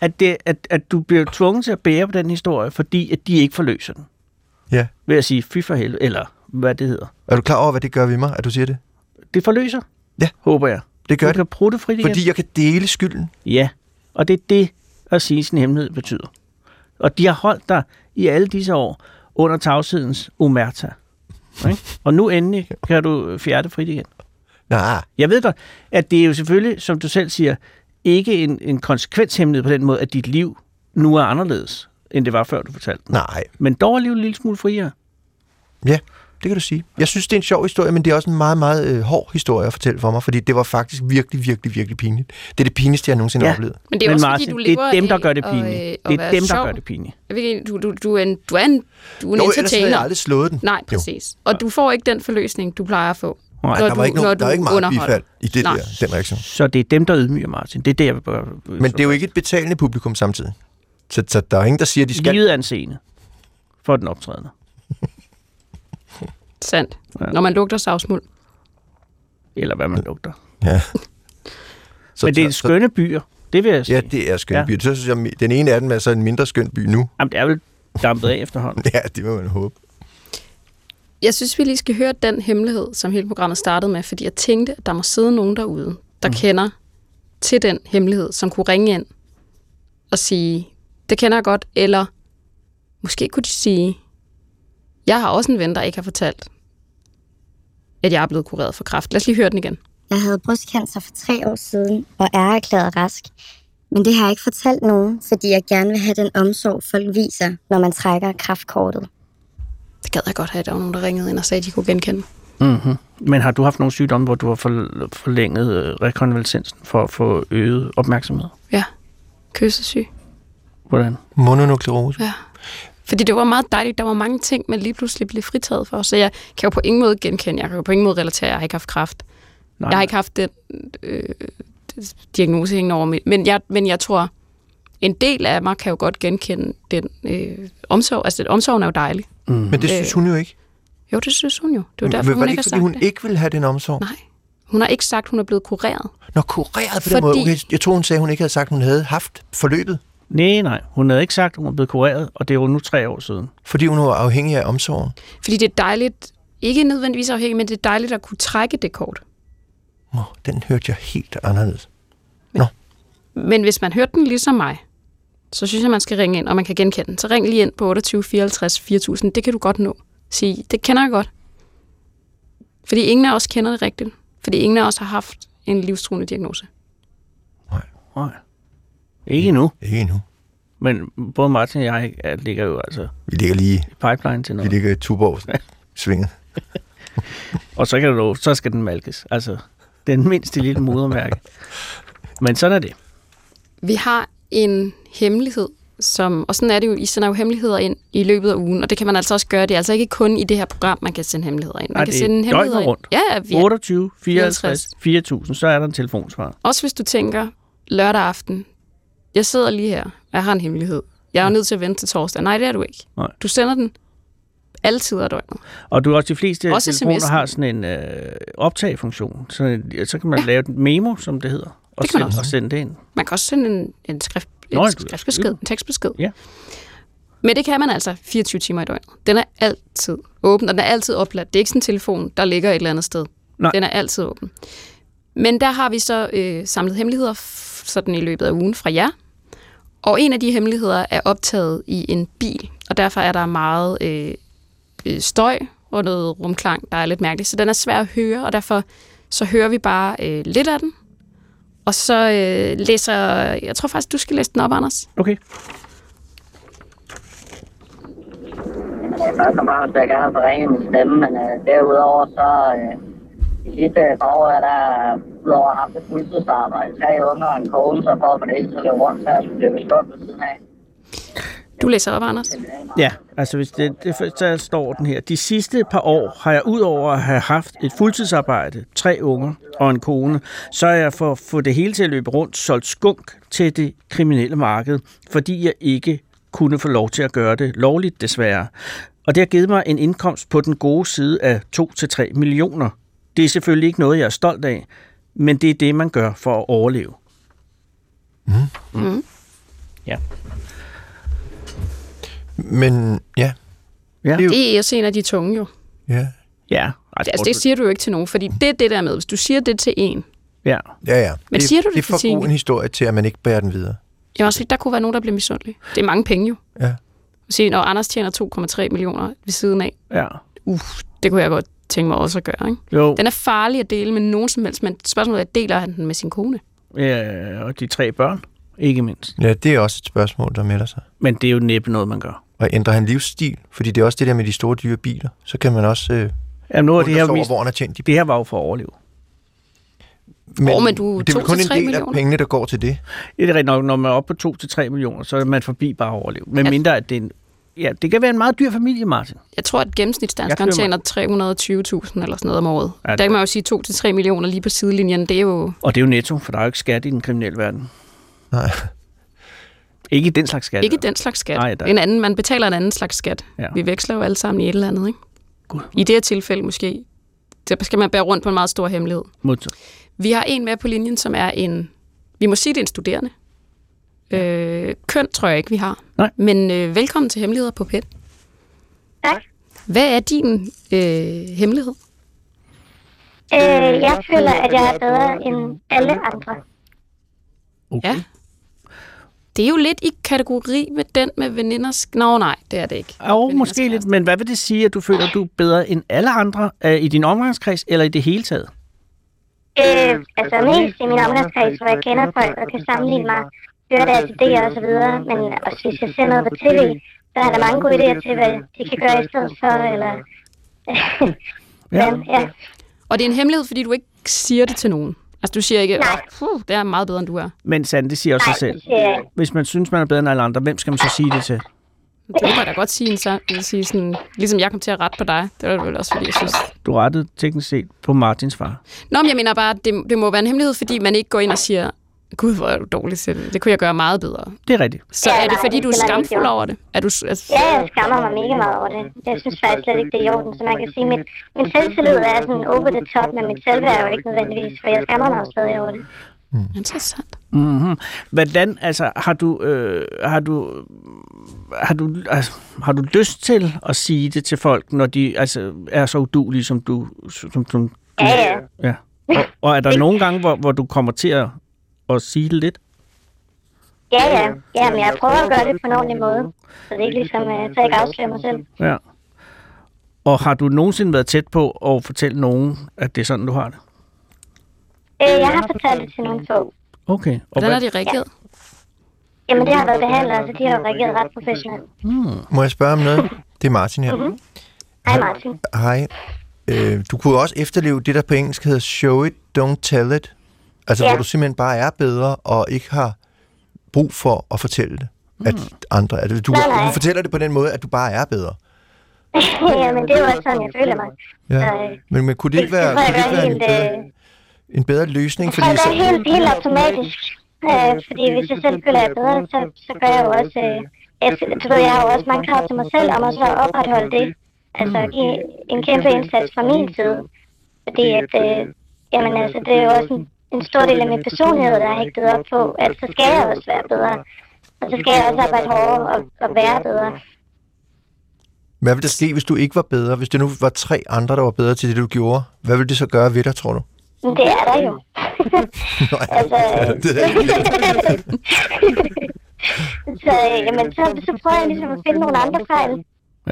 [SPEAKER 5] At, det, at, at du bliver tvunget til at bære på den historie, fordi at de ikke forløser den.
[SPEAKER 7] Ja.
[SPEAKER 5] Ved at sige, fy for helvede, eller hvad det hedder.
[SPEAKER 7] Er du klar over, hvad det gør ved mig, at du siger det?
[SPEAKER 5] Det forløser.
[SPEAKER 7] Ja.
[SPEAKER 5] Håber jeg.
[SPEAKER 7] Det gør
[SPEAKER 5] du
[SPEAKER 7] det.
[SPEAKER 5] kan bruge det frit igen.
[SPEAKER 7] Fordi jeg kan dele skylden.
[SPEAKER 5] Ja, og det er det, at sige sin hemmelighed betyder. Og de har holdt dig i alle disse år under tavshedens omerta. Ikke? Og nu endelig kan du fjerde frit igen.
[SPEAKER 7] Nej,
[SPEAKER 5] Jeg ved godt, at det er jo selvfølgelig, som du selv siger, ikke en, en konsekvenshemmelighed på den måde, at dit liv nu er anderledes, end det var før du fortalte. den.
[SPEAKER 7] nej.
[SPEAKER 5] Men dog alligevel en lille smule friere.
[SPEAKER 7] Ja. Det kan du sige. Jeg synes, det er en sjov historie, men det er også en meget, meget øh, hård historie at fortælle for mig, fordi det var faktisk virkelig, virkelig, virkelig pinligt. Det er det pinligste, jeg nogensinde
[SPEAKER 5] Ja.
[SPEAKER 7] har oplevet.
[SPEAKER 4] Men det er
[SPEAKER 5] Men
[SPEAKER 4] også
[SPEAKER 5] Martin,
[SPEAKER 4] fordi, du
[SPEAKER 5] det
[SPEAKER 4] lever
[SPEAKER 5] er dem, der
[SPEAKER 4] af
[SPEAKER 5] gør det
[SPEAKER 4] at,
[SPEAKER 5] pinligt.
[SPEAKER 4] øh, at
[SPEAKER 5] Det er
[SPEAKER 4] være
[SPEAKER 5] dem, der
[SPEAKER 4] sjov.
[SPEAKER 5] gør det pinligt.
[SPEAKER 4] Jeg ved ikke, Du, du, du er en, du er en, du er en
[SPEAKER 7] Jo, ellers havde jeg
[SPEAKER 4] entertainer.
[SPEAKER 7] aldrig slået den.
[SPEAKER 4] Nej,
[SPEAKER 7] Jo.
[SPEAKER 4] præcis. Og du får ikke den forløsning, du plejer at få.
[SPEAKER 5] Nej,
[SPEAKER 4] når
[SPEAKER 7] Der var
[SPEAKER 4] du,
[SPEAKER 7] ikke, nogen,
[SPEAKER 4] når
[SPEAKER 7] der
[SPEAKER 4] du
[SPEAKER 7] var ikke meget
[SPEAKER 4] underholder.
[SPEAKER 7] bifald i det
[SPEAKER 4] Nej.
[SPEAKER 7] der, den reaktion.
[SPEAKER 5] Så det er dem, der ydmyger Martin. Det er det, jeg vil gøre.
[SPEAKER 7] Men det er jo ikke et betalende publikum samtidig. Så, så der er ingen, der siger, at de skal...
[SPEAKER 5] Livet er en scene for den optrædende.
[SPEAKER 4] Sandt.
[SPEAKER 5] Ja.
[SPEAKER 4] Når man lugter savsmuld.
[SPEAKER 5] Eller hvad man lugter.
[SPEAKER 7] Ja. Så,
[SPEAKER 5] Men det er
[SPEAKER 7] så-
[SPEAKER 5] skønne byer. Det vil jeg sige.
[SPEAKER 7] Ja, det er skøn
[SPEAKER 5] Ja.
[SPEAKER 7] by. Så synes jeg, den ene af dem er så en mindre skøn by nu.
[SPEAKER 5] Jamen, det er vel dampet af efterhånden.
[SPEAKER 7] Ja, det må man håbe.
[SPEAKER 4] Jeg synes, vi lige skal høre den hemmelighed, som hele programmet startede med, fordi jeg tænkte, at der må sidde nogen derude, der mm. kender til den hemmelighed, som kunne ringe ind og sige, det kender jeg godt, eller måske kunne de sige, jeg har også en ven, der ikke har fortalt, at jeg er blevet kureret for kræft. Lad os lige høre den igen.
[SPEAKER 10] Jeg havde brystcancer for tre år siden og er erklæret rask. Men det har jeg ikke fortalt nogen, fordi jeg gerne vil have den omsorg, folk viser, når man trækker kraftkortet.
[SPEAKER 4] Det gad jeg godt have, at der var nogen, der ringede ind og sagde, at de kunne genkende.
[SPEAKER 7] Mhm.
[SPEAKER 5] Mm-hmm. Men har du haft nogle sygdomme, hvor du har forl- forlænget øh, rekonvalescensen for at få øget opmærksomhed?
[SPEAKER 4] Ja, kyssesyg.
[SPEAKER 5] Hvordan?
[SPEAKER 7] Mononukleose.
[SPEAKER 4] Ja. Fordi det var meget dejligt. Der var mange ting, man lige pludselig blev fritaget for. Så jeg kan jo på ingen måde genkende. Jeg kan jo på ingen måde relatere, at jeg har ikke haft kræft.
[SPEAKER 5] Nej,
[SPEAKER 4] Jeg har ikke haft den øh, diagnose hængende over mig. Men jeg, men jeg tror, en del af mig kan jo godt genkende den øh, omsorg. Altså, den, omsorgen er jo dejlig.
[SPEAKER 7] Men det synes hun jo ikke.
[SPEAKER 4] Jo, det synes hun jo. Øh, Det er jo derfor,
[SPEAKER 7] Men var
[SPEAKER 4] hun
[SPEAKER 7] det
[SPEAKER 4] ikke
[SPEAKER 7] ikke,
[SPEAKER 4] har
[SPEAKER 7] fordi
[SPEAKER 4] sagt
[SPEAKER 7] hun
[SPEAKER 4] det.
[SPEAKER 7] ikke ville have den omsorg?
[SPEAKER 4] Nej. Hun har ikke sagt, hun er blevet kureret.
[SPEAKER 7] Nå, kureret på
[SPEAKER 4] Fordi-
[SPEAKER 7] den måde. Okay, jeg tror, hun sagde, hun ikke havde sagt, hun havde haft forløbet,
[SPEAKER 5] Nej, nej. Hun havde ikke sagt, at hun var blevet kureret, og det er jo nu tre år siden.
[SPEAKER 7] fordi hun var afhængig af omsorgen.
[SPEAKER 4] Fordi det er dejligt, ikke nødvendigvis afhængigt, men det er dejligt at kunne trække det kort.
[SPEAKER 7] Nå, den hørte jeg helt anderledes.
[SPEAKER 4] Men hvis man hørte den ligesom mig, så synes jeg, man skal ringe ind, og man kan genkende den. Så ring lige ind på 28 54 4000. Det kan du godt nå. Sige, det kender jeg godt. Fordi ingen af os kender det rigtigt. Fordi ingen af os har haft en livstruende diagnose.
[SPEAKER 5] Nej. Ikke endnu.
[SPEAKER 7] Ikke endnu.
[SPEAKER 5] Men både Martin og jeg er- ligger jo altså
[SPEAKER 7] Vi ligger lige
[SPEAKER 5] i pipeline til
[SPEAKER 7] vi
[SPEAKER 5] noget.
[SPEAKER 7] ligger i Tuborg svinget.
[SPEAKER 5] Og så, kan du, så skal den malkes. Altså, den mindste lille modermærke. Men sådan er det.
[SPEAKER 4] Vi har en hemmelighed, som, og sådan er det jo, I sender jo hemmeligheder ind i løbet af ugen, og det kan man altså også gøre. Det er altså ikke kun i det her program, man kan sende hemmeligheder ind. Man
[SPEAKER 5] Nej,
[SPEAKER 4] kan
[SPEAKER 5] det er
[SPEAKER 4] sende
[SPEAKER 5] døgnet
[SPEAKER 4] hemmeligheder ind.
[SPEAKER 5] rundt.
[SPEAKER 4] Ja, ja, vi er
[SPEAKER 5] 28, 54, 4000, så er der en telefonsvar.
[SPEAKER 4] Også hvis du tænker, lørdag aften, jeg sidder lige her, og jeg har en hemmelighed. Jeg er jo nødt til at vente til torsdag. Nej, det er du ikke.
[SPEAKER 5] Nej.
[SPEAKER 4] Du sender den alle tider af døgnet.
[SPEAKER 5] Og du også de fleste
[SPEAKER 4] Også
[SPEAKER 5] også telefoner
[SPEAKER 4] sms'en.
[SPEAKER 5] har sådan en øh, optagefunktion, så, så kan man ja. lave en memo, som det hedder, og,
[SPEAKER 4] Det kan man
[SPEAKER 5] sende,
[SPEAKER 4] også.
[SPEAKER 5] og sende det ind.
[SPEAKER 4] Man kan også sende en, en, skrift,
[SPEAKER 5] Nå,
[SPEAKER 4] en
[SPEAKER 5] ja, du-
[SPEAKER 4] skriftbesked, en tekstbesked.
[SPEAKER 5] Ja.
[SPEAKER 4] Men det kan man altså 24 timer i døgnet. Den er altid åben, og den er altid opladt. Det er ikke sådan en telefon, der ligger et eller andet sted.
[SPEAKER 5] Nej.
[SPEAKER 4] Den er altid åben. Men der har vi så øh, samlet hemmeligheder f- sådan i løbet af ugen fra jer. Og en af de hemmeligheder er optaget i en bil, og derfor er der meget øh, øh, støj og noget rumklang, der er lidt mærkeligt. Så den er svær at høre, og derfor så hører vi bare øh, lidt af den. Og så øh, læser... Jeg tror faktisk, du skal læse den op, Anders.
[SPEAKER 5] Okay.
[SPEAKER 2] Først og fremmest vil jeg gerne forringe min stemme, men øh, derudover så øh, de sidste par år er der øh, udover at have haft et fuldtidsarbejde, tre unger og en kone, så for at få det hele til at løbe rundt, så er jeg blevet skudt ved siden af.
[SPEAKER 4] Du læser op, Anders.
[SPEAKER 5] Ja, altså hvis det, det så står den her. De sidste par år har jeg udover at have haft et fuldtidsarbejde, tre unger og en kone, så har jeg for at få det hele til at løbe rundt solgt skunk til det kriminelle marked, fordi jeg ikke kunne få lov til at gøre det lovligt desværre. Og det har givet mig en indkomst på den gode side af 2-3 millioner. Det er selvfølgelig ikke noget, jeg er stolt af, men det er det, man gør for at overleve.
[SPEAKER 7] Men ja,
[SPEAKER 4] Det er også en af de tunge, jo.
[SPEAKER 7] ja,
[SPEAKER 5] Ja.
[SPEAKER 4] Altså, det siger du jo ikke til nogen, fordi det er det der med, hvis du siger det til en.
[SPEAKER 5] ja.
[SPEAKER 7] ja, ja.
[SPEAKER 4] Men siger du det
[SPEAKER 7] det
[SPEAKER 4] til
[SPEAKER 7] er for god en
[SPEAKER 4] Signe?
[SPEAKER 7] historie til, at man ikke bærer den videre.
[SPEAKER 4] Jamen også, fordi der kunne være nogen, der bliver misundelige. Det er mange penge, jo.
[SPEAKER 7] Ja.
[SPEAKER 4] At sige, når Anders tjener 2,3 millioner ved siden af,
[SPEAKER 5] ja.
[SPEAKER 4] uh, det kunne jeg godt tænke mig også at gøre, ikke?
[SPEAKER 5] Jo.
[SPEAKER 4] Den er farlig at dele med nogen som helst, men spørgsmålet er, deler han den med sin kone?
[SPEAKER 5] Ja, og de tre børn, ikke mindst.
[SPEAKER 7] Ja, det er også et spørgsmål, der melder sig.
[SPEAKER 5] Men det er jo næppe noget, man gør.
[SPEAKER 7] Og ændrer han livsstil? Fordi det er også det der med de store dyre biler. Så kan man også øh,
[SPEAKER 5] Jamen, nu er det
[SPEAKER 7] undre
[SPEAKER 5] her,
[SPEAKER 7] sig over,
[SPEAKER 5] mest,
[SPEAKER 7] hvor han har tjent de
[SPEAKER 5] det her var jo for at overleve.
[SPEAKER 7] Men,
[SPEAKER 4] Åh, men du-
[SPEAKER 7] det er vel
[SPEAKER 4] to
[SPEAKER 7] kun
[SPEAKER 4] til
[SPEAKER 7] en
[SPEAKER 4] tre
[SPEAKER 7] del af
[SPEAKER 4] millioner.
[SPEAKER 7] pengene, der går til det.
[SPEAKER 5] Det er rigtigt nok, når man er oppe på 2-3 millioner, så er man forbi bare at overleve. Men mindre, at det er en, ja, det kan være en meget dyr familie, Martin.
[SPEAKER 4] Jeg tror, at gennemsnitsdanskeren
[SPEAKER 5] Jeg føler
[SPEAKER 4] tjener 320.000 eller sådan noget om året.
[SPEAKER 5] Ja,
[SPEAKER 4] Ja,
[SPEAKER 5] det-
[SPEAKER 4] der kan man jo sige 2-3 millioner lige på sidelinjen. Det er jo...
[SPEAKER 5] Og det er jo netto, for der er jo ikke skat i den kriminelle verden.
[SPEAKER 7] Nej.
[SPEAKER 5] Ikke i den slags skat.
[SPEAKER 4] Ikke den slags skat.
[SPEAKER 5] Nej, der-
[SPEAKER 4] en anden, man betaler en anden slags skat.
[SPEAKER 5] Ja.
[SPEAKER 4] Ja. Vi veksler jo alle sammen i et eller andet, ikke?
[SPEAKER 5] God.
[SPEAKER 4] I det her tilfælde måske, der skal man bære rundt på en meget stor hemmelighed.
[SPEAKER 5] Modtaget.
[SPEAKER 4] Vi har en med på linjen, som er en... Vi må sige, det er en studerende. Øh, køn tror jeg ikke, vi har.
[SPEAKER 5] Nej.
[SPEAKER 4] Men øh, velkommen til Hemmeligheder på PET.
[SPEAKER 10] Tak.
[SPEAKER 4] Hvad er din øh, hemmelighed?
[SPEAKER 10] Øh, jeg føler, at jeg er bedre end alle andre.
[SPEAKER 5] Okay.
[SPEAKER 4] Ja. Det er jo lidt i kategori med den med veninders... Nå nej, det er det ikke.
[SPEAKER 5] Og
[SPEAKER 4] Veninders
[SPEAKER 5] måske lidt,
[SPEAKER 4] kæreste.
[SPEAKER 5] men hvad vil det sige, at du føler, at du er bedre end alle andre øh, i din omgangskreds, eller i det hele taget?
[SPEAKER 10] Øh, altså mest i min omgangskreds, hvor jeg kender folk og kan sammenligne mig, høre deres idéer og så videre, men også hvis jeg ser noget på tv, så er der mange gode idéer til, hvad de kan gøre i stedet for, eller...
[SPEAKER 5] Ja.
[SPEAKER 10] Men, ja.
[SPEAKER 4] Og det er en hemmelighed, fordi du ikke siger det til nogen. Altså du siger ikke,
[SPEAKER 10] Nej.
[SPEAKER 4] "Puh, det er meget bedre, end du er.
[SPEAKER 5] Men Sande, det siger også sig
[SPEAKER 10] Nej,
[SPEAKER 5] selv.
[SPEAKER 10] det siger jeg ikke.
[SPEAKER 5] Hvis man synes, man er bedre end alle andre, hvem skal man så sige det til?
[SPEAKER 4] Det må jeg da godt sige, en sam- sige sådan, ligesom jeg kom til at rette på dig. Det var vel også, fordi jeg synes...
[SPEAKER 5] Du rettede teknisk set på Martins far.
[SPEAKER 4] Nå, men jeg mener bare, at det, det må være en hemmelighed, fordi man ikke går ind og siger, Gud, hvor er du dårlig til det. Det kunne jeg gøre meget bedre.
[SPEAKER 5] Det er rigtigt.
[SPEAKER 4] Så
[SPEAKER 10] Ja,
[SPEAKER 4] er det,
[SPEAKER 10] nej,
[SPEAKER 4] fordi
[SPEAKER 10] det
[SPEAKER 4] du er
[SPEAKER 10] skal man ikke
[SPEAKER 4] skamfuld
[SPEAKER 10] gøre.
[SPEAKER 4] over det? Er du, s- altså,
[SPEAKER 10] ja, jeg skammer mig mega meget over det. Jeg synes faktisk slet ikke, det er i orden, så man kan sige, at min, min selvtillid er sådan over the top, men mit selvværd er jo ikke nødvendigvis, for jeg skammer mig jo stadig over det.
[SPEAKER 4] Interessant.
[SPEAKER 5] Mm-hmm. Hvordan, altså, har du, øh, har du, har du, altså, har du lyst til at sige det til folk, når de altså, er så udulige, som du, som, som,
[SPEAKER 10] Ja, ja.
[SPEAKER 5] ja. Og, og er der nogle gange, hvor, hvor du kommer til at, at sige det lidt?
[SPEAKER 10] Ja, ja. Ja, men jeg prøver at gøre det på en ordentlig måde. Så det er ikke ligesom, øh, så jeg ikke afslører mig selv.
[SPEAKER 5] Ja. Og har du nogensinde været tæt på at fortælle nogen, at det er sådan, du har det?
[SPEAKER 10] Øh, jeg har fortalt det til nogle få.
[SPEAKER 5] Okay. Og
[SPEAKER 4] Hvordan
[SPEAKER 5] hvad-
[SPEAKER 4] har de reageret?
[SPEAKER 10] Jamen, det har været behandlere, så de har jo reageret ret professionelt.
[SPEAKER 7] Må jeg spørge om noget? Det er Martin her.
[SPEAKER 4] Mhm.
[SPEAKER 7] Mm-hmm.
[SPEAKER 10] Hej, Martin.
[SPEAKER 7] Hej. Øh, du kunne også efterleve det, der på engelsk hedder show it, don't tell it. Altså, ja.
[SPEAKER 10] Ja.
[SPEAKER 7] hvor du simpelthen bare er bedre og ikke har brug for at fortælle det. At andre er det. Du,
[SPEAKER 10] Mm. Nej, nej.
[SPEAKER 7] du fortæller det på den måde, at du bare er bedre.
[SPEAKER 10] Jamen, det er jo også sådan, jeg føler mig.
[SPEAKER 7] Ja.
[SPEAKER 10] Nej.
[SPEAKER 7] Men, men kunne det ikke
[SPEAKER 10] Det- det
[SPEAKER 7] være,
[SPEAKER 10] tror jeg
[SPEAKER 7] kunne det ikke
[SPEAKER 10] gør
[SPEAKER 7] være en,
[SPEAKER 10] helt, øh,
[SPEAKER 7] bedre, en bedre løsning?
[SPEAKER 10] Så
[SPEAKER 7] Fordi
[SPEAKER 10] det er
[SPEAKER 7] så,
[SPEAKER 10] helt, helt automatisk. Øh, fordi hvis jeg selv føler, jeg er bedre, så, så gør jeg jo også... Øh, jeg, du ved, jeg har jo også mange krav til mig selv om også at opretholde det. Altså, give en kæmpe indsats fra min side. Fordi at... Øh, jamen, altså, det er jo også en, en stor del af min personlighed, der er hægtet op på, at så skal jeg også være bedre. øh, Og så skal jeg også arbejde hårdere og, og være bedre.
[SPEAKER 7] hvad ville der ske, hvis du ikke var bedre? Hvis det nu var tre andre, der var bedre til det, du gjorde. Hvad ville det så gøre ved dig, tror du?
[SPEAKER 10] Men det er der jo.
[SPEAKER 7] Nej,
[SPEAKER 10] altså,
[SPEAKER 7] det er ikke
[SPEAKER 10] så, øh, jamen, så, så prøver jeg ligesom at finde nogle andre fejl,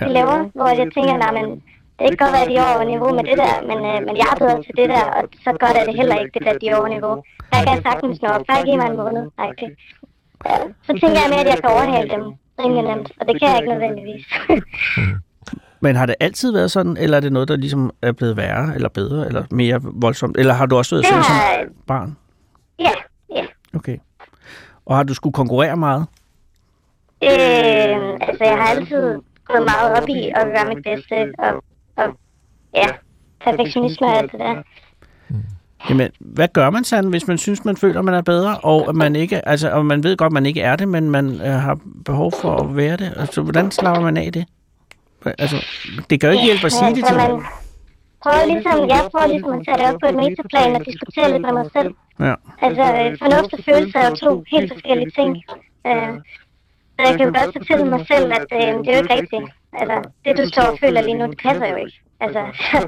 [SPEAKER 10] de laver, hvor jeg tænker, nej, men det kan godt være, at de er over niveau med det der, men, øh, men jeg er bedre til det der, og så godt er det heller ikke, det der, de er over niveau. Der kan jeg sagtens nå, bare giv mig en måned, agtigt. Ja, så tænker jeg mere, at jeg kan overhale dem rimelig nemt, og det kan jeg ikke nødvendigvis.
[SPEAKER 5] Men har det altid været sådan, eller er det noget, der ligesom er blevet værre, eller bedre, eller mere voldsomt? Eller har du også været
[SPEAKER 10] Det
[SPEAKER 5] sådan som
[SPEAKER 10] har-
[SPEAKER 5] barn?
[SPEAKER 10] Øh. ja, ja.
[SPEAKER 5] Okay. Og har du skulle konkurrere meget?
[SPEAKER 10] Øh, altså, jeg har altid gået meget op i at gøre mit bedste, og, og ja, perfektionisme og alt det der.
[SPEAKER 5] Jamen, hvad gør man sådan, hvis man synes, man føler, man er bedre, og at man ikke, altså, og man ved godt, man ikke er det, men man øh, har behov for at være det? Altså, hvordan slapper man af det? Altså, det kan jo ikke hjælpe at sige det til
[SPEAKER 10] man
[SPEAKER 5] nogen.
[SPEAKER 10] prøver ligesom, jeg prøver ligesom at tage det op på et metaplan og diskutere lidt med mig selv.
[SPEAKER 5] Ja.
[SPEAKER 10] Altså, øh, fornuft og følelse er jo to helt forskellige ting. Øh, så jeg kan jo godt fortælle mig selv, at øh, det er jo ikke rigtigt. Altså, det du står og føler lige nu, det passer jo ikke. Altså, så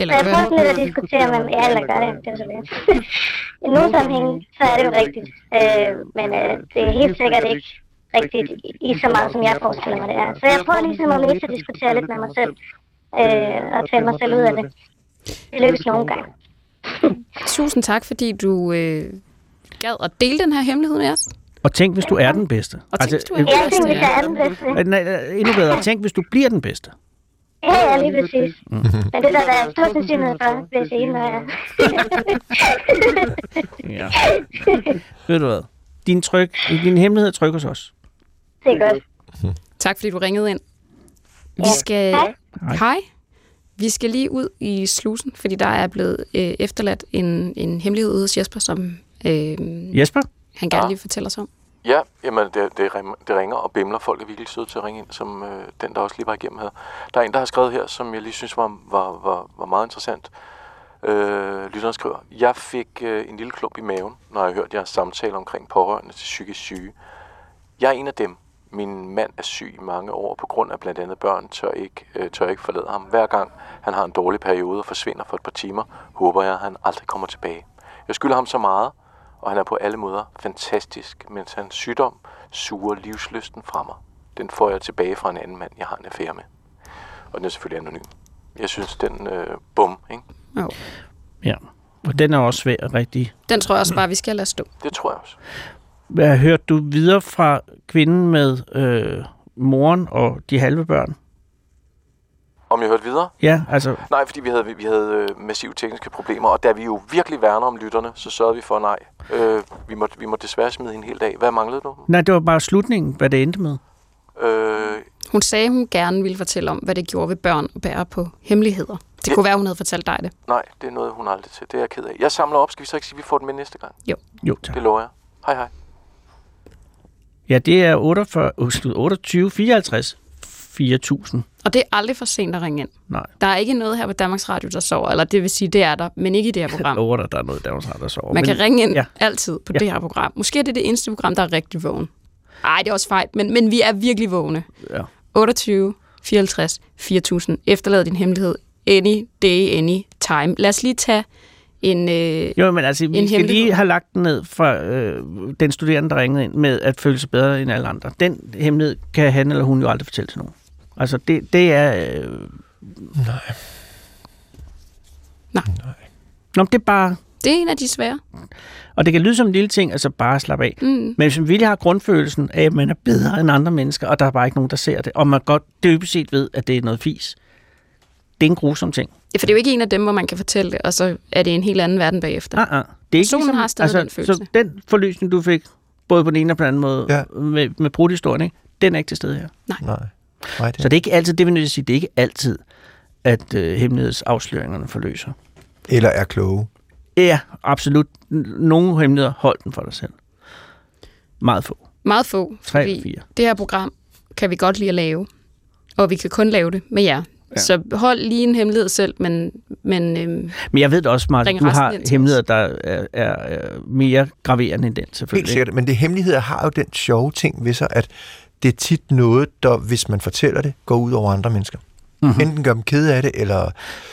[SPEAKER 4] Eller
[SPEAKER 10] jeg prøver
[SPEAKER 4] hvad?
[SPEAKER 10] sådan lidt at diskutere med ja, eller gør det, det er jo så det. I nogle sammenhænge, så er det jo rigtigt. Øh, men øh, det er helt sikkert ikke rigtigt i så meget, som jeg forestiller mig det er. Så jeg prøver ligesom at metadiskutere lidt med mig selv øh, og tale mig selv ud af det. Det lykkes nogle gange.
[SPEAKER 4] Tusind tak, fordi du øh, gad at dele den her hemmelighed med os.
[SPEAKER 5] Og tænk, hvis du er den bedste. Altså,
[SPEAKER 4] Og tænk, hvis du er den
[SPEAKER 10] Jeg
[SPEAKER 4] bedste,
[SPEAKER 10] synes, det
[SPEAKER 4] ja.
[SPEAKER 10] er den bedste.
[SPEAKER 5] øh, nej, øh, endnu bedre, tænk, hvis du bliver den bedste.
[SPEAKER 10] Ja, ja, lige præcis. Men det der, der er stor sandsynlighed for, hvis en er...
[SPEAKER 5] Ja. Ved du hvad? Din, tryk, din hemmelighed er tryk hos os.
[SPEAKER 10] Det er godt.
[SPEAKER 4] Tak, fordi du ringede ind. Vi skal...
[SPEAKER 5] Hej.
[SPEAKER 4] Hej. Vi skal lige ud i slusen, fordi der er blevet øh, efterladt en, en hemmelighed ude hos Jesper, som øh,
[SPEAKER 5] Jesper?
[SPEAKER 4] han gerne lige fortæller os om.
[SPEAKER 6] Ja, jamen det, det, rim- det ringer og bimler. Folk er virkelig søde til at ringe ind, som øh, den, der også lige var igennem her. Der er en, der har skrevet her, som jeg lige synes var, var, var, var meget interessant. Øh, lytteren skriver, jeg fik øh, en lille klump i maven, når jeg hørte jeres samtale omkring pårørende til psykisk syge. Jeg er en af dem. Min mand er syg i mange år på grund af blandt andet børn, tør ikke, øh, tør ikke forlade ham. Hver gang han har en dårlig periode og forsvinder for et par timer, håber jeg, at han aldrig kommer tilbage. Jeg skylder ham så meget, og han er på alle måder fantastisk, mens hans sygdom suger livsløsten fra mig. Den får jeg tilbage fra en anden mand, jeg har en affære med. Og den er selvfølgelig anonym. Jeg synes, den øh, bum, ikke?
[SPEAKER 4] Jo.
[SPEAKER 5] Ja. Og den er også svær og rigtig.
[SPEAKER 4] Den tror jeg også bare, vi skal lade stå.
[SPEAKER 6] Det tror jeg også.
[SPEAKER 5] Hvad hørte du videre fra kvinden med øh, moren og de halve børn?
[SPEAKER 6] Om jeg hørte videre?
[SPEAKER 5] Ja, altså,
[SPEAKER 6] Nej, fordi vi havde, vi havde øh, massive tekniske problemer, og da vi jo virkelig værner om lytterne, så sørgede vi for nej. Øh, vi, måtte, vi måtte desværre smide hende helt af. Hvad manglede du?
[SPEAKER 5] nej, det var bare slutningen, hvad det endte med.
[SPEAKER 6] Øh,
[SPEAKER 4] Hun sagde, hun gerne ville fortælle om, hvad det gjorde ved børn at bære på hemmeligheder. Det kunne være, hun havde fortalt dig det.
[SPEAKER 6] nej, det er noget, hun aldrig til. Det er jeg ked af. Jeg samler op. Skal vi så ikke sige, at vi får den med næste gang?
[SPEAKER 5] Jo, tak.
[SPEAKER 6] Det lover jeg. Hej hej.
[SPEAKER 5] Ja, det er 48, undskyld, 28, 54, 4000.
[SPEAKER 4] Og det er aldrig for sent at ringe ind.
[SPEAKER 5] Nej,
[SPEAKER 4] Der er ikke noget her på Danmarks Radio, der sover. Eller det vil sige, det er der, men ikke i det her
[SPEAKER 5] jeg
[SPEAKER 4] program.
[SPEAKER 5] lover dig, der er noget, der er der sover.
[SPEAKER 4] Man kan ringe ind ja.
[SPEAKER 5] Ja.
[SPEAKER 4] altid på ja.
[SPEAKER 5] Ja.
[SPEAKER 4] det her program. Måske er det det eneste program, der er rigtig vågen. Nej, det er også fejl, men, men vi er virkelig vågne.
[SPEAKER 5] Ja.
[SPEAKER 4] 28, 54, 4000. Efterlad din hemmelighed. Any day, any time. Lad os lige tage en... Øh,
[SPEAKER 5] Jo, men altså, vi
[SPEAKER 4] En
[SPEAKER 5] skal
[SPEAKER 4] hemmelighed.
[SPEAKER 5] lige have lagt den ned fra øh, den studerende, der ringede ind med at føle sig bedre end alle andre. Den hemmelighed kan han eller hun jo aldrig fortælle til nogen. Altså, det, det er... Øh...
[SPEAKER 4] Nej.
[SPEAKER 5] Nå, men det er bare...
[SPEAKER 4] det er en af de svære.
[SPEAKER 5] Og det kan lyde som en lille ting, altså bare slappe af.
[SPEAKER 4] Mm.
[SPEAKER 5] Men hvis man virkelig har grundfølelsen af, at man er bedre end andre mennesker, og der er bare ikke nogen, der ser det, og man godt dybest set ved, at det er noget fis, det er en grusom ting.
[SPEAKER 4] Ja, for det er jo ikke en af dem, hvor man kan fortælle det, og så er det en helt anden verden bagefter.
[SPEAKER 5] Ah, ah. Det er ikke altså,
[SPEAKER 4] Personen har stadig den følelse.
[SPEAKER 5] Så den forløsning, du fik, både på den ene og på den anden måde,
[SPEAKER 7] Ja.
[SPEAKER 5] ja. med, med brudhistorien, ikke? den er ikke til stede her.
[SPEAKER 7] Nej. Nej, det
[SPEAKER 10] øh,
[SPEAKER 5] Så det er ikke altid, det vil jeg sige, det er ikke altid, at øh, hemmelighedsafsløringerne forløser.
[SPEAKER 7] Eller er kloge.
[SPEAKER 5] Ja, absolut. N- Nogle hemmeligheder, hold den for dig selv. Meget få.
[SPEAKER 4] Meget få,
[SPEAKER 5] Tre
[SPEAKER 4] fordi
[SPEAKER 5] eller fire.
[SPEAKER 4] det her program kan vi godt lide at lave, og vi kan kun lave det med jer. Ja. Så hold lige en hemmelighed selv, men, men øhm,
[SPEAKER 5] Men jeg ved det også, Martin,
[SPEAKER 4] Ring
[SPEAKER 5] du
[SPEAKER 4] resten
[SPEAKER 5] har
[SPEAKER 4] ind til
[SPEAKER 5] hemmeligheder, der er, er, er mere graverende end den, selvfølgelig.
[SPEAKER 7] Helt sikkert, men det hemmeligheder har jo den sjove ting ved sig, at det er tit noget, der, hvis man fortæller det, går ud over andre mennesker.
[SPEAKER 5] Mhm.
[SPEAKER 7] Mm-hmm. Enten gør dem kede af det, eller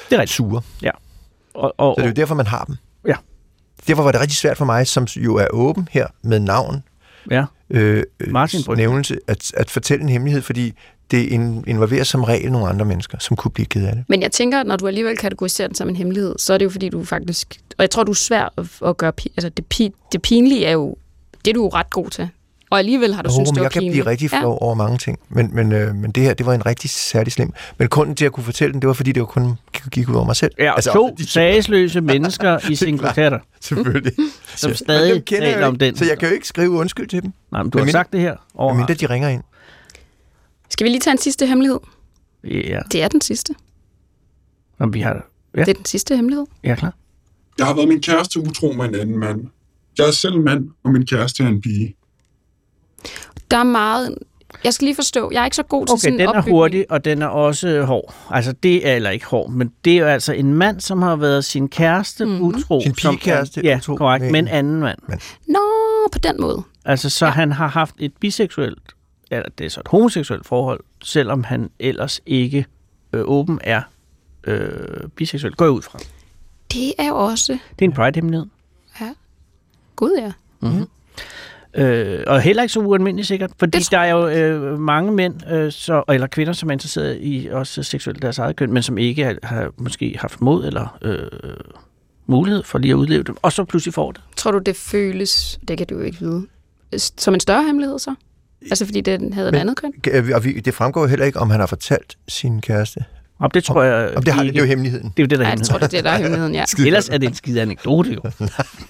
[SPEAKER 5] Det er rigtigt.
[SPEAKER 7] sure.
[SPEAKER 5] Og, og,
[SPEAKER 7] Så det er jo derfor, man har dem.
[SPEAKER 5] Ja.
[SPEAKER 7] Derfor var det rigtig svært for mig, som jo er åben her med navn,
[SPEAKER 5] ja.
[SPEAKER 7] øh, øh,
[SPEAKER 5] Martin Brygger.
[SPEAKER 7] nævnelse, at, at fortælle en hemmelighed, fordi det in- involverer som regel nogle andre mennesker, som kunne blive ked af det.
[SPEAKER 4] men jeg tænker, at når du alligevel kategoriserer den som en hemmelighed, så er det jo fordi, du faktisk... Og jeg tror, du er svær at, at gøre... pi- Altså, det, pi, det pinlige er jo... Det er du jo ret god til. Og alligevel har du oh,
[SPEAKER 7] Åh,
[SPEAKER 4] synes,
[SPEAKER 7] men
[SPEAKER 4] det var
[SPEAKER 7] jeg kan
[SPEAKER 4] pinligt.
[SPEAKER 7] blive rigtig flov ja. over mange ting. Men, men, øh, men det her, det var en rigtig særlig slem. Men grunden til, at jeg kunne fortælle den, det var, fordi det var kun gik ud over mig selv.
[SPEAKER 5] Ja, altså, to sagsløse mennesker i singulater,
[SPEAKER 7] Selvfølgelig.
[SPEAKER 5] som
[SPEAKER 7] Men
[SPEAKER 5] stadig
[SPEAKER 7] dem kender jeg
[SPEAKER 5] taler
[SPEAKER 7] jo
[SPEAKER 5] om
[SPEAKER 7] ikke,
[SPEAKER 5] den.
[SPEAKER 7] Så jeg kan jo ikke skrive undskyld til dem,
[SPEAKER 5] Nej, men du har
[SPEAKER 7] Men mindre-
[SPEAKER 5] sagt det her over
[SPEAKER 7] medmindre de ringer ind.
[SPEAKER 4] Ja. Skal vi lige tage en sidste hemmelighed?
[SPEAKER 5] Ja,
[SPEAKER 4] Det er den sidste. Ja.
[SPEAKER 5] Nå, men vi har... Ja,
[SPEAKER 4] Det er den sidste hemmelighed.
[SPEAKER 5] ja klar.
[SPEAKER 8] Jeg har været min kæreste utro med en anden mand. Jeg er selv mand, og min kæreste er en pige.
[SPEAKER 4] Der er meget... Jeg skal lige forstå, jeg er ikke så god til
[SPEAKER 5] Okay,
[SPEAKER 4] sådan
[SPEAKER 5] den er
[SPEAKER 4] opbygning.
[SPEAKER 5] hurtig, og den er også hård. Altså, det er eller ikke hård, men det er jo altså en mand, som har været sin kæreste
[SPEAKER 4] Mhm.
[SPEAKER 5] mm. utro.
[SPEAKER 7] Sin
[SPEAKER 5] som-
[SPEAKER 7] pigekæreste
[SPEAKER 5] Ja,
[SPEAKER 7] utro
[SPEAKER 5] korrekt,
[SPEAKER 7] med
[SPEAKER 5] med en
[SPEAKER 7] en-
[SPEAKER 5] anden mand.
[SPEAKER 4] Nå, på den måde.
[SPEAKER 5] Altså, så ja. han har haft et biseksuelt, eller det er så et homoseksuelt forhold, selvom han ellers ikke øh, åben er øh, biseksuel. Går jeg ud fra.
[SPEAKER 4] Det er jo også...
[SPEAKER 5] Det er en pride-hemmelighed.
[SPEAKER 4] Gud, ja.
[SPEAKER 5] Mm-hmm. Øh, og heller ikke så ualmindeligt sikkert, fordi
[SPEAKER 4] Det
[SPEAKER 5] der er jo øh, mange mænd, øh, så, eller kvinder, som er interesseret i også seksuelt deres eget køn, men som ikke har, har måske haft mod eller øh, mulighed for lige at udleve dem, og så pludselig får det.
[SPEAKER 4] Tror du, det føles, det kan du jo ikke vide, som en større hemmelighed så? Altså fordi den havde Men, et
[SPEAKER 7] Men-
[SPEAKER 4] andet køn?
[SPEAKER 7] øh, Og vi, det fremgår jo heller ikke, om han har fortalt sin kæreste.
[SPEAKER 5] Om det tror jeg
[SPEAKER 7] Om det, har,
[SPEAKER 5] ikke.
[SPEAKER 7] det er jo hemmeligheden.
[SPEAKER 5] det er jo det, der
[SPEAKER 4] Ja,
[SPEAKER 5] er
[SPEAKER 4] jeg tror,
[SPEAKER 5] hemmeligheden.
[SPEAKER 4] det er det, der er hemmeligheden, ja.
[SPEAKER 7] det.
[SPEAKER 5] Øh, Ellers er det en skide anekdote jo.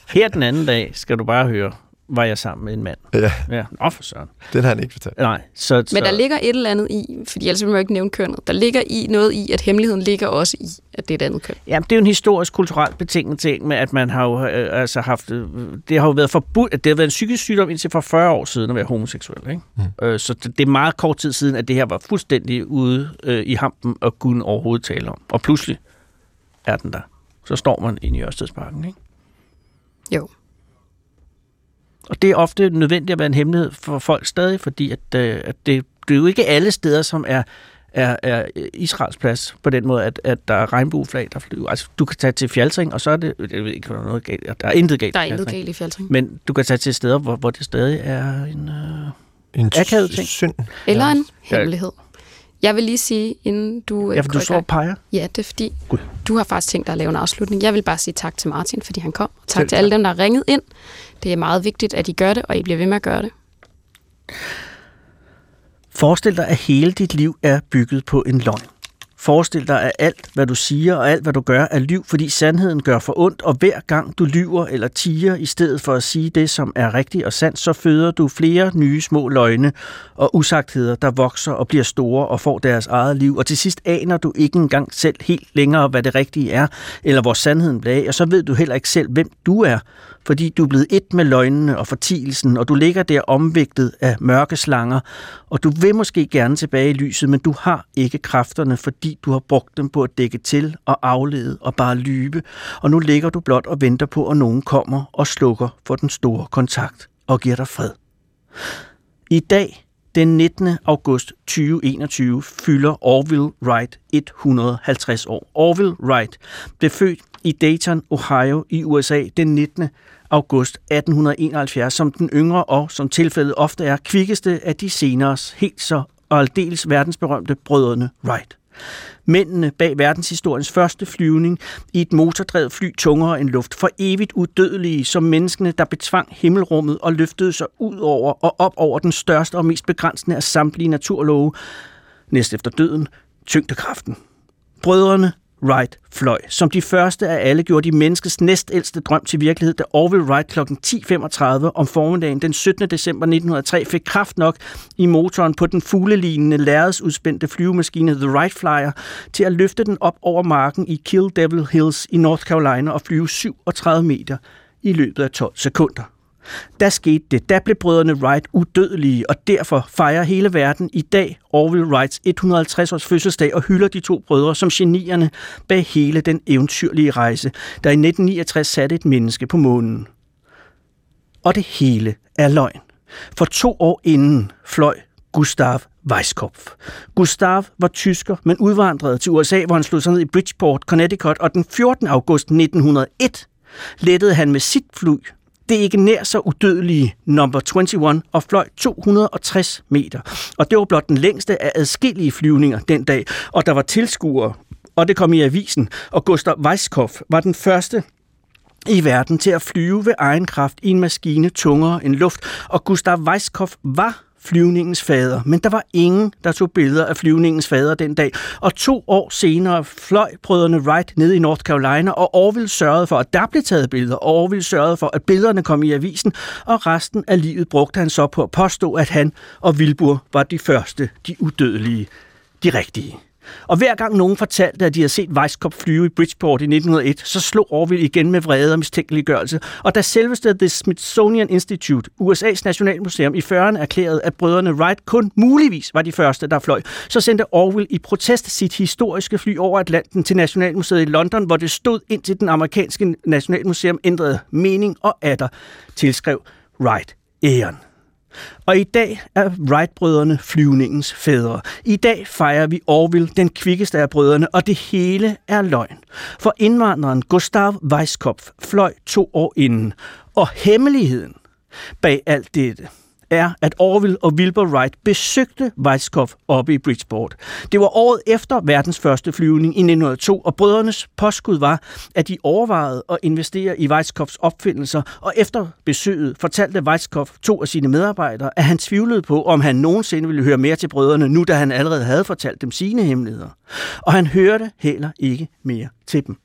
[SPEAKER 5] Her den anden dag skal du bare høre, var jeg sammen med en mand.
[SPEAKER 7] Ja,
[SPEAKER 5] Ja, nå for søren.
[SPEAKER 7] den har han ikke fortalt.
[SPEAKER 5] Nej, så, så
[SPEAKER 4] Men der ligger et eller andet i, fordi ellers vil man jo ikke nævne kønnet, der ligger i noget i, at hemmeligheden ligger også i, at det er et andet køn.
[SPEAKER 5] Jamen, det er jo en historisk, kulturelt betinget ting med, at man har jo øh, altså haft... Øh, det har jo været forbudt... at Det har været en psykisk sygdom indtil for 40 år siden at være homoseksuel, ikke? Mm. Øh, så det, det er meget kort tid siden, at det her var fuldstændig ude øh, i hampen og kunne overhovedet tale om. Og pludselig er den der. Så står man inde i Ørstedsparken, ikke?
[SPEAKER 4] Jo.
[SPEAKER 5] Og det er ofte nødvendigt at være en hemmelighed for folk stadig, fordi at, øh, at det, det er jo ikke alle steder, som er, er, er Israels plads på den måde, at, at der er regnbueflag, der flyver. Altså, du kan tage til Fjaltring, og så er det... Jeg ved ikke, om der er noget galt. Der er intet galt. i
[SPEAKER 4] Der er intet
[SPEAKER 5] Fjaltring.
[SPEAKER 4] galt i fjaltring.
[SPEAKER 5] Men du kan tage til steder, hvor, hvor det stadig er en... Øh...
[SPEAKER 7] En
[SPEAKER 5] Akavet ting.
[SPEAKER 7] synd.
[SPEAKER 4] Eller en
[SPEAKER 5] Ja.
[SPEAKER 4] hemmelighed. Jeg vil lige sige, inden du... øh,
[SPEAKER 5] Ja, for
[SPEAKER 4] går
[SPEAKER 5] du
[SPEAKER 4] i
[SPEAKER 5] står
[SPEAKER 4] gang-
[SPEAKER 5] og peger.
[SPEAKER 4] Ja, det er fordi,
[SPEAKER 5] Gud.
[SPEAKER 4] Gud. du har faktisk tænkt dig at lave en afslutning. Jeg vil bare sige tak til Martin, fordi han kom. Og tak
[SPEAKER 7] Selv
[SPEAKER 4] til alle dem, der har ringet ind. Det er meget vigtigt, at I gør det, og I bliver ved med at gøre det.
[SPEAKER 5] Forestil dig, at hele dit liv er bygget på en løgn. Forestil dig, at alt, hvad du siger og alt, hvad du gør, er lyv, fordi sandheden gør for ondt, og hver gang du lyver eller tiger, i stedet for at sige det, som er rigtigt og sandt, så føder du flere nye små løgne og usagtheder, der vokser og bliver store og får deres eget liv, og til sidst aner du ikke engang selv helt længere, hvad det rigtige er, eller hvor sandheden bliver af, og så ved du heller ikke selv, hvem du er, fordi du er blevet et med løgnene og fortielsen, og du ligger der omvægtet af mørke slanger, og du vil måske gerne tilbage i lyset, men du har ikke kræfterne, fordi du har brugt dem på at dække til og aflede og bare lyve, og nu ligger du blot og venter på, at nogen kommer og slukker for den store kontakt og giver dig fred. I dag, den 19. august 2021, fylder Orville Wright 150 år. Orville Wright blev født i Dayton, Ohio i USA den 19. august 1871 som den yngre og, som tilfældet ofte er, kvikkeste af de senere helt så og aldeles verdensberømte brødrene Wright. Mændene bag verdenshistoriens første flyvning i et motordrevet fly tungere end luft, for evigt udødelige som menneskene, der betvang himmelrummet og løftede sig ud over og op over den største og mest begrænsende af samtlige naturlove, næst efter døden, tyngdekraften. Brødrene Wright fløj. Som de første af alle gjorde de menneskets næstældste drøm til virkelighed, da Orville Wright kl. 10.35 om formiddagen den 17. december 1903 fik kraft nok i motoren på den fuglelignende lærredsudspændte flyvemaskine The Wright Flyer til at løfte den op over marken i Kill Devil Hills i North Carolina og flyve 37 meter i løbet af 12 sekunder. Der skete det. Der blev brødrene Wright udødelige, og derfor fejrer hele verden i dag Orville Wrights 150-års fødselsdag og hylder de to brødre som genierne bag hele den eventyrlige rejse, der i 1969 satte et menneske på månen. Og det hele er løgn. For to år inden fløj Gustav Weisskopf. Gustav var tysker, men udvandrede til USA, hvor han slog sig ned i Bridgeport, Connecticut, og den 14. august 1901 lettede han med sit fly det ikke nær så udødelige number 21 og fløj 260 meter. Og det var blot den længste af adskillige flyvninger den dag, og der var tilskuere, og det kom i avisen, og Gustav Weisskopf var den første i verden til at flyve ved egen kraft i en maskine tungere end luft, og Gustav Weisskopf var flyvningens fader, men der var ingen, der tog billeder af flyvningens fader den dag. Og to år senere fløj brødrene Wright ned i North Carolina, og Orville sørgede for, at der blev taget billeder, og Orville sørgede for, at billederne kom i avisen, og resten af livet brugte han så på at påstå, at han og Wilbur var de første, de udødelige, de rigtige. Og hver gang nogen fortalte, at de havde set Weisskopf flyve i Bridgeport i 1901, så slog Orville igen med vrede og mistænkeliggørelse. Og da selveste The Smithsonian Institute, USA's Nationalmuseum, i 40'erne erklærede, at brødrene Wright kun muligvis var de første, der fløj, så sendte Orville i protest sit historiske fly over Atlanten til Nationalmuseet i London, hvor det stod indtil den amerikanske Nationalmuseum ændrede mening og atter tilskrev Wright æren. Og i dag er Wright-brødrene flyvningens fædre. I dag fejrer vi Orville, den kvikkeste af brødrene, og det hele er løgn. For indvandreren Gustav Weisskopf fløj to år inden, og hemmeligheden bag alt dette er, at Orville og Wilbur Wright besøgte Weizkopf oppe i Bridgeport. Det var året efter verdens første flyvning i 1902, og brødrenes påskud var, at de overvejede at investere i Weizkopfs opfindelser, og efter besøget fortalte Weizkopf to af sine medarbejdere, at han tvivlede på, om han nogensinde ville høre mere til brødrene, nu da han allerede havde fortalt dem sine hemmeligheder. Og han hørte heller ikke mere til dem.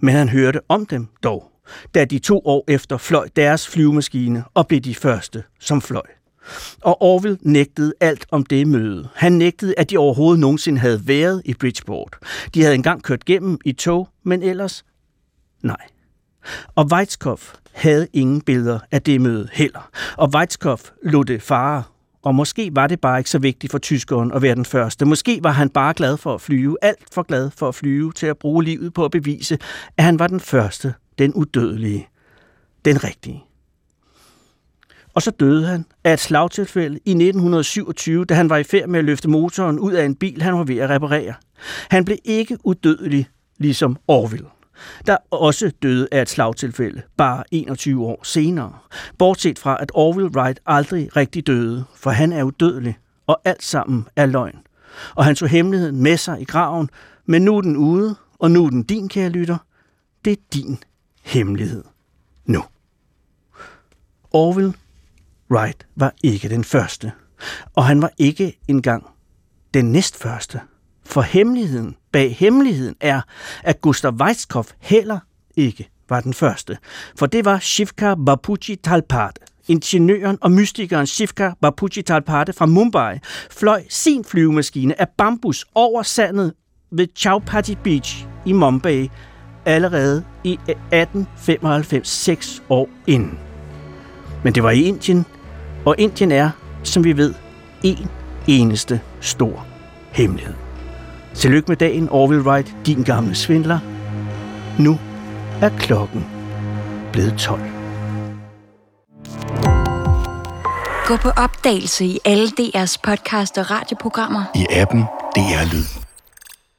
[SPEAKER 5] Men han hørte om dem dog, da de to år efter fløj deres flyvemaskine og blev de første, som fløj. Og Orville nægtede alt om det møde. Han nægtede, at de overhovedet nogensinde havde været i Bridgeport. De havde engang kørt gennem i tog, men ellers nej. Og Weizkopf havde ingen billeder af det møde heller. Og Weizkopf lod det fare og måske var det bare ikke så vigtigt for tyskeren at være den første. Måske var han bare glad for at flyve, alt for glad for at flyve, til at bruge livet på at bevise, at han var den første, den udødelige, den rigtige. Og så døde han af et slagtilfælde i 1927, da han var i færd med at løfte motoren ud af en bil, han var ved at reparere. Han blev ikke udødelig, ligesom Orville der også døde af et slagtilfælde, bare 21 år senere. Bortset fra, at Orville Wright aldrig rigtig døde, for han er udødelig, og alt sammen er løgn. Og han tog hemmeligheden med sig i graven, men nu er den ude, og nu er den din, kære lytter. Det er din hemmelighed. Nu. Orville Wright var ikke den første, og han var ikke engang den næstførste. For hemmeligheden bag hemmeligheden er, at Gustav Weizkopf heller ikke var den første. For det var Shivka Bapuji Talpate. Ingeniøren og mystikeren Shivka Bapuji Talpate fra Mumbai fløj sin flyvemaskine af bambus over sandet ved Chowpatty Beach i Mumbai allerede i 1895, seks år inden. Men det var i Indien, og Indien er, som vi ved, en eneste stor hemmelighed. Tillykke med dagen, Orville Wright, din gamle svindler. Nu er klokken blevet 12.
[SPEAKER 11] Gå på opdagelse i alle DR's podcast og radioprogrammer.
[SPEAKER 12] I appen DR Lyd.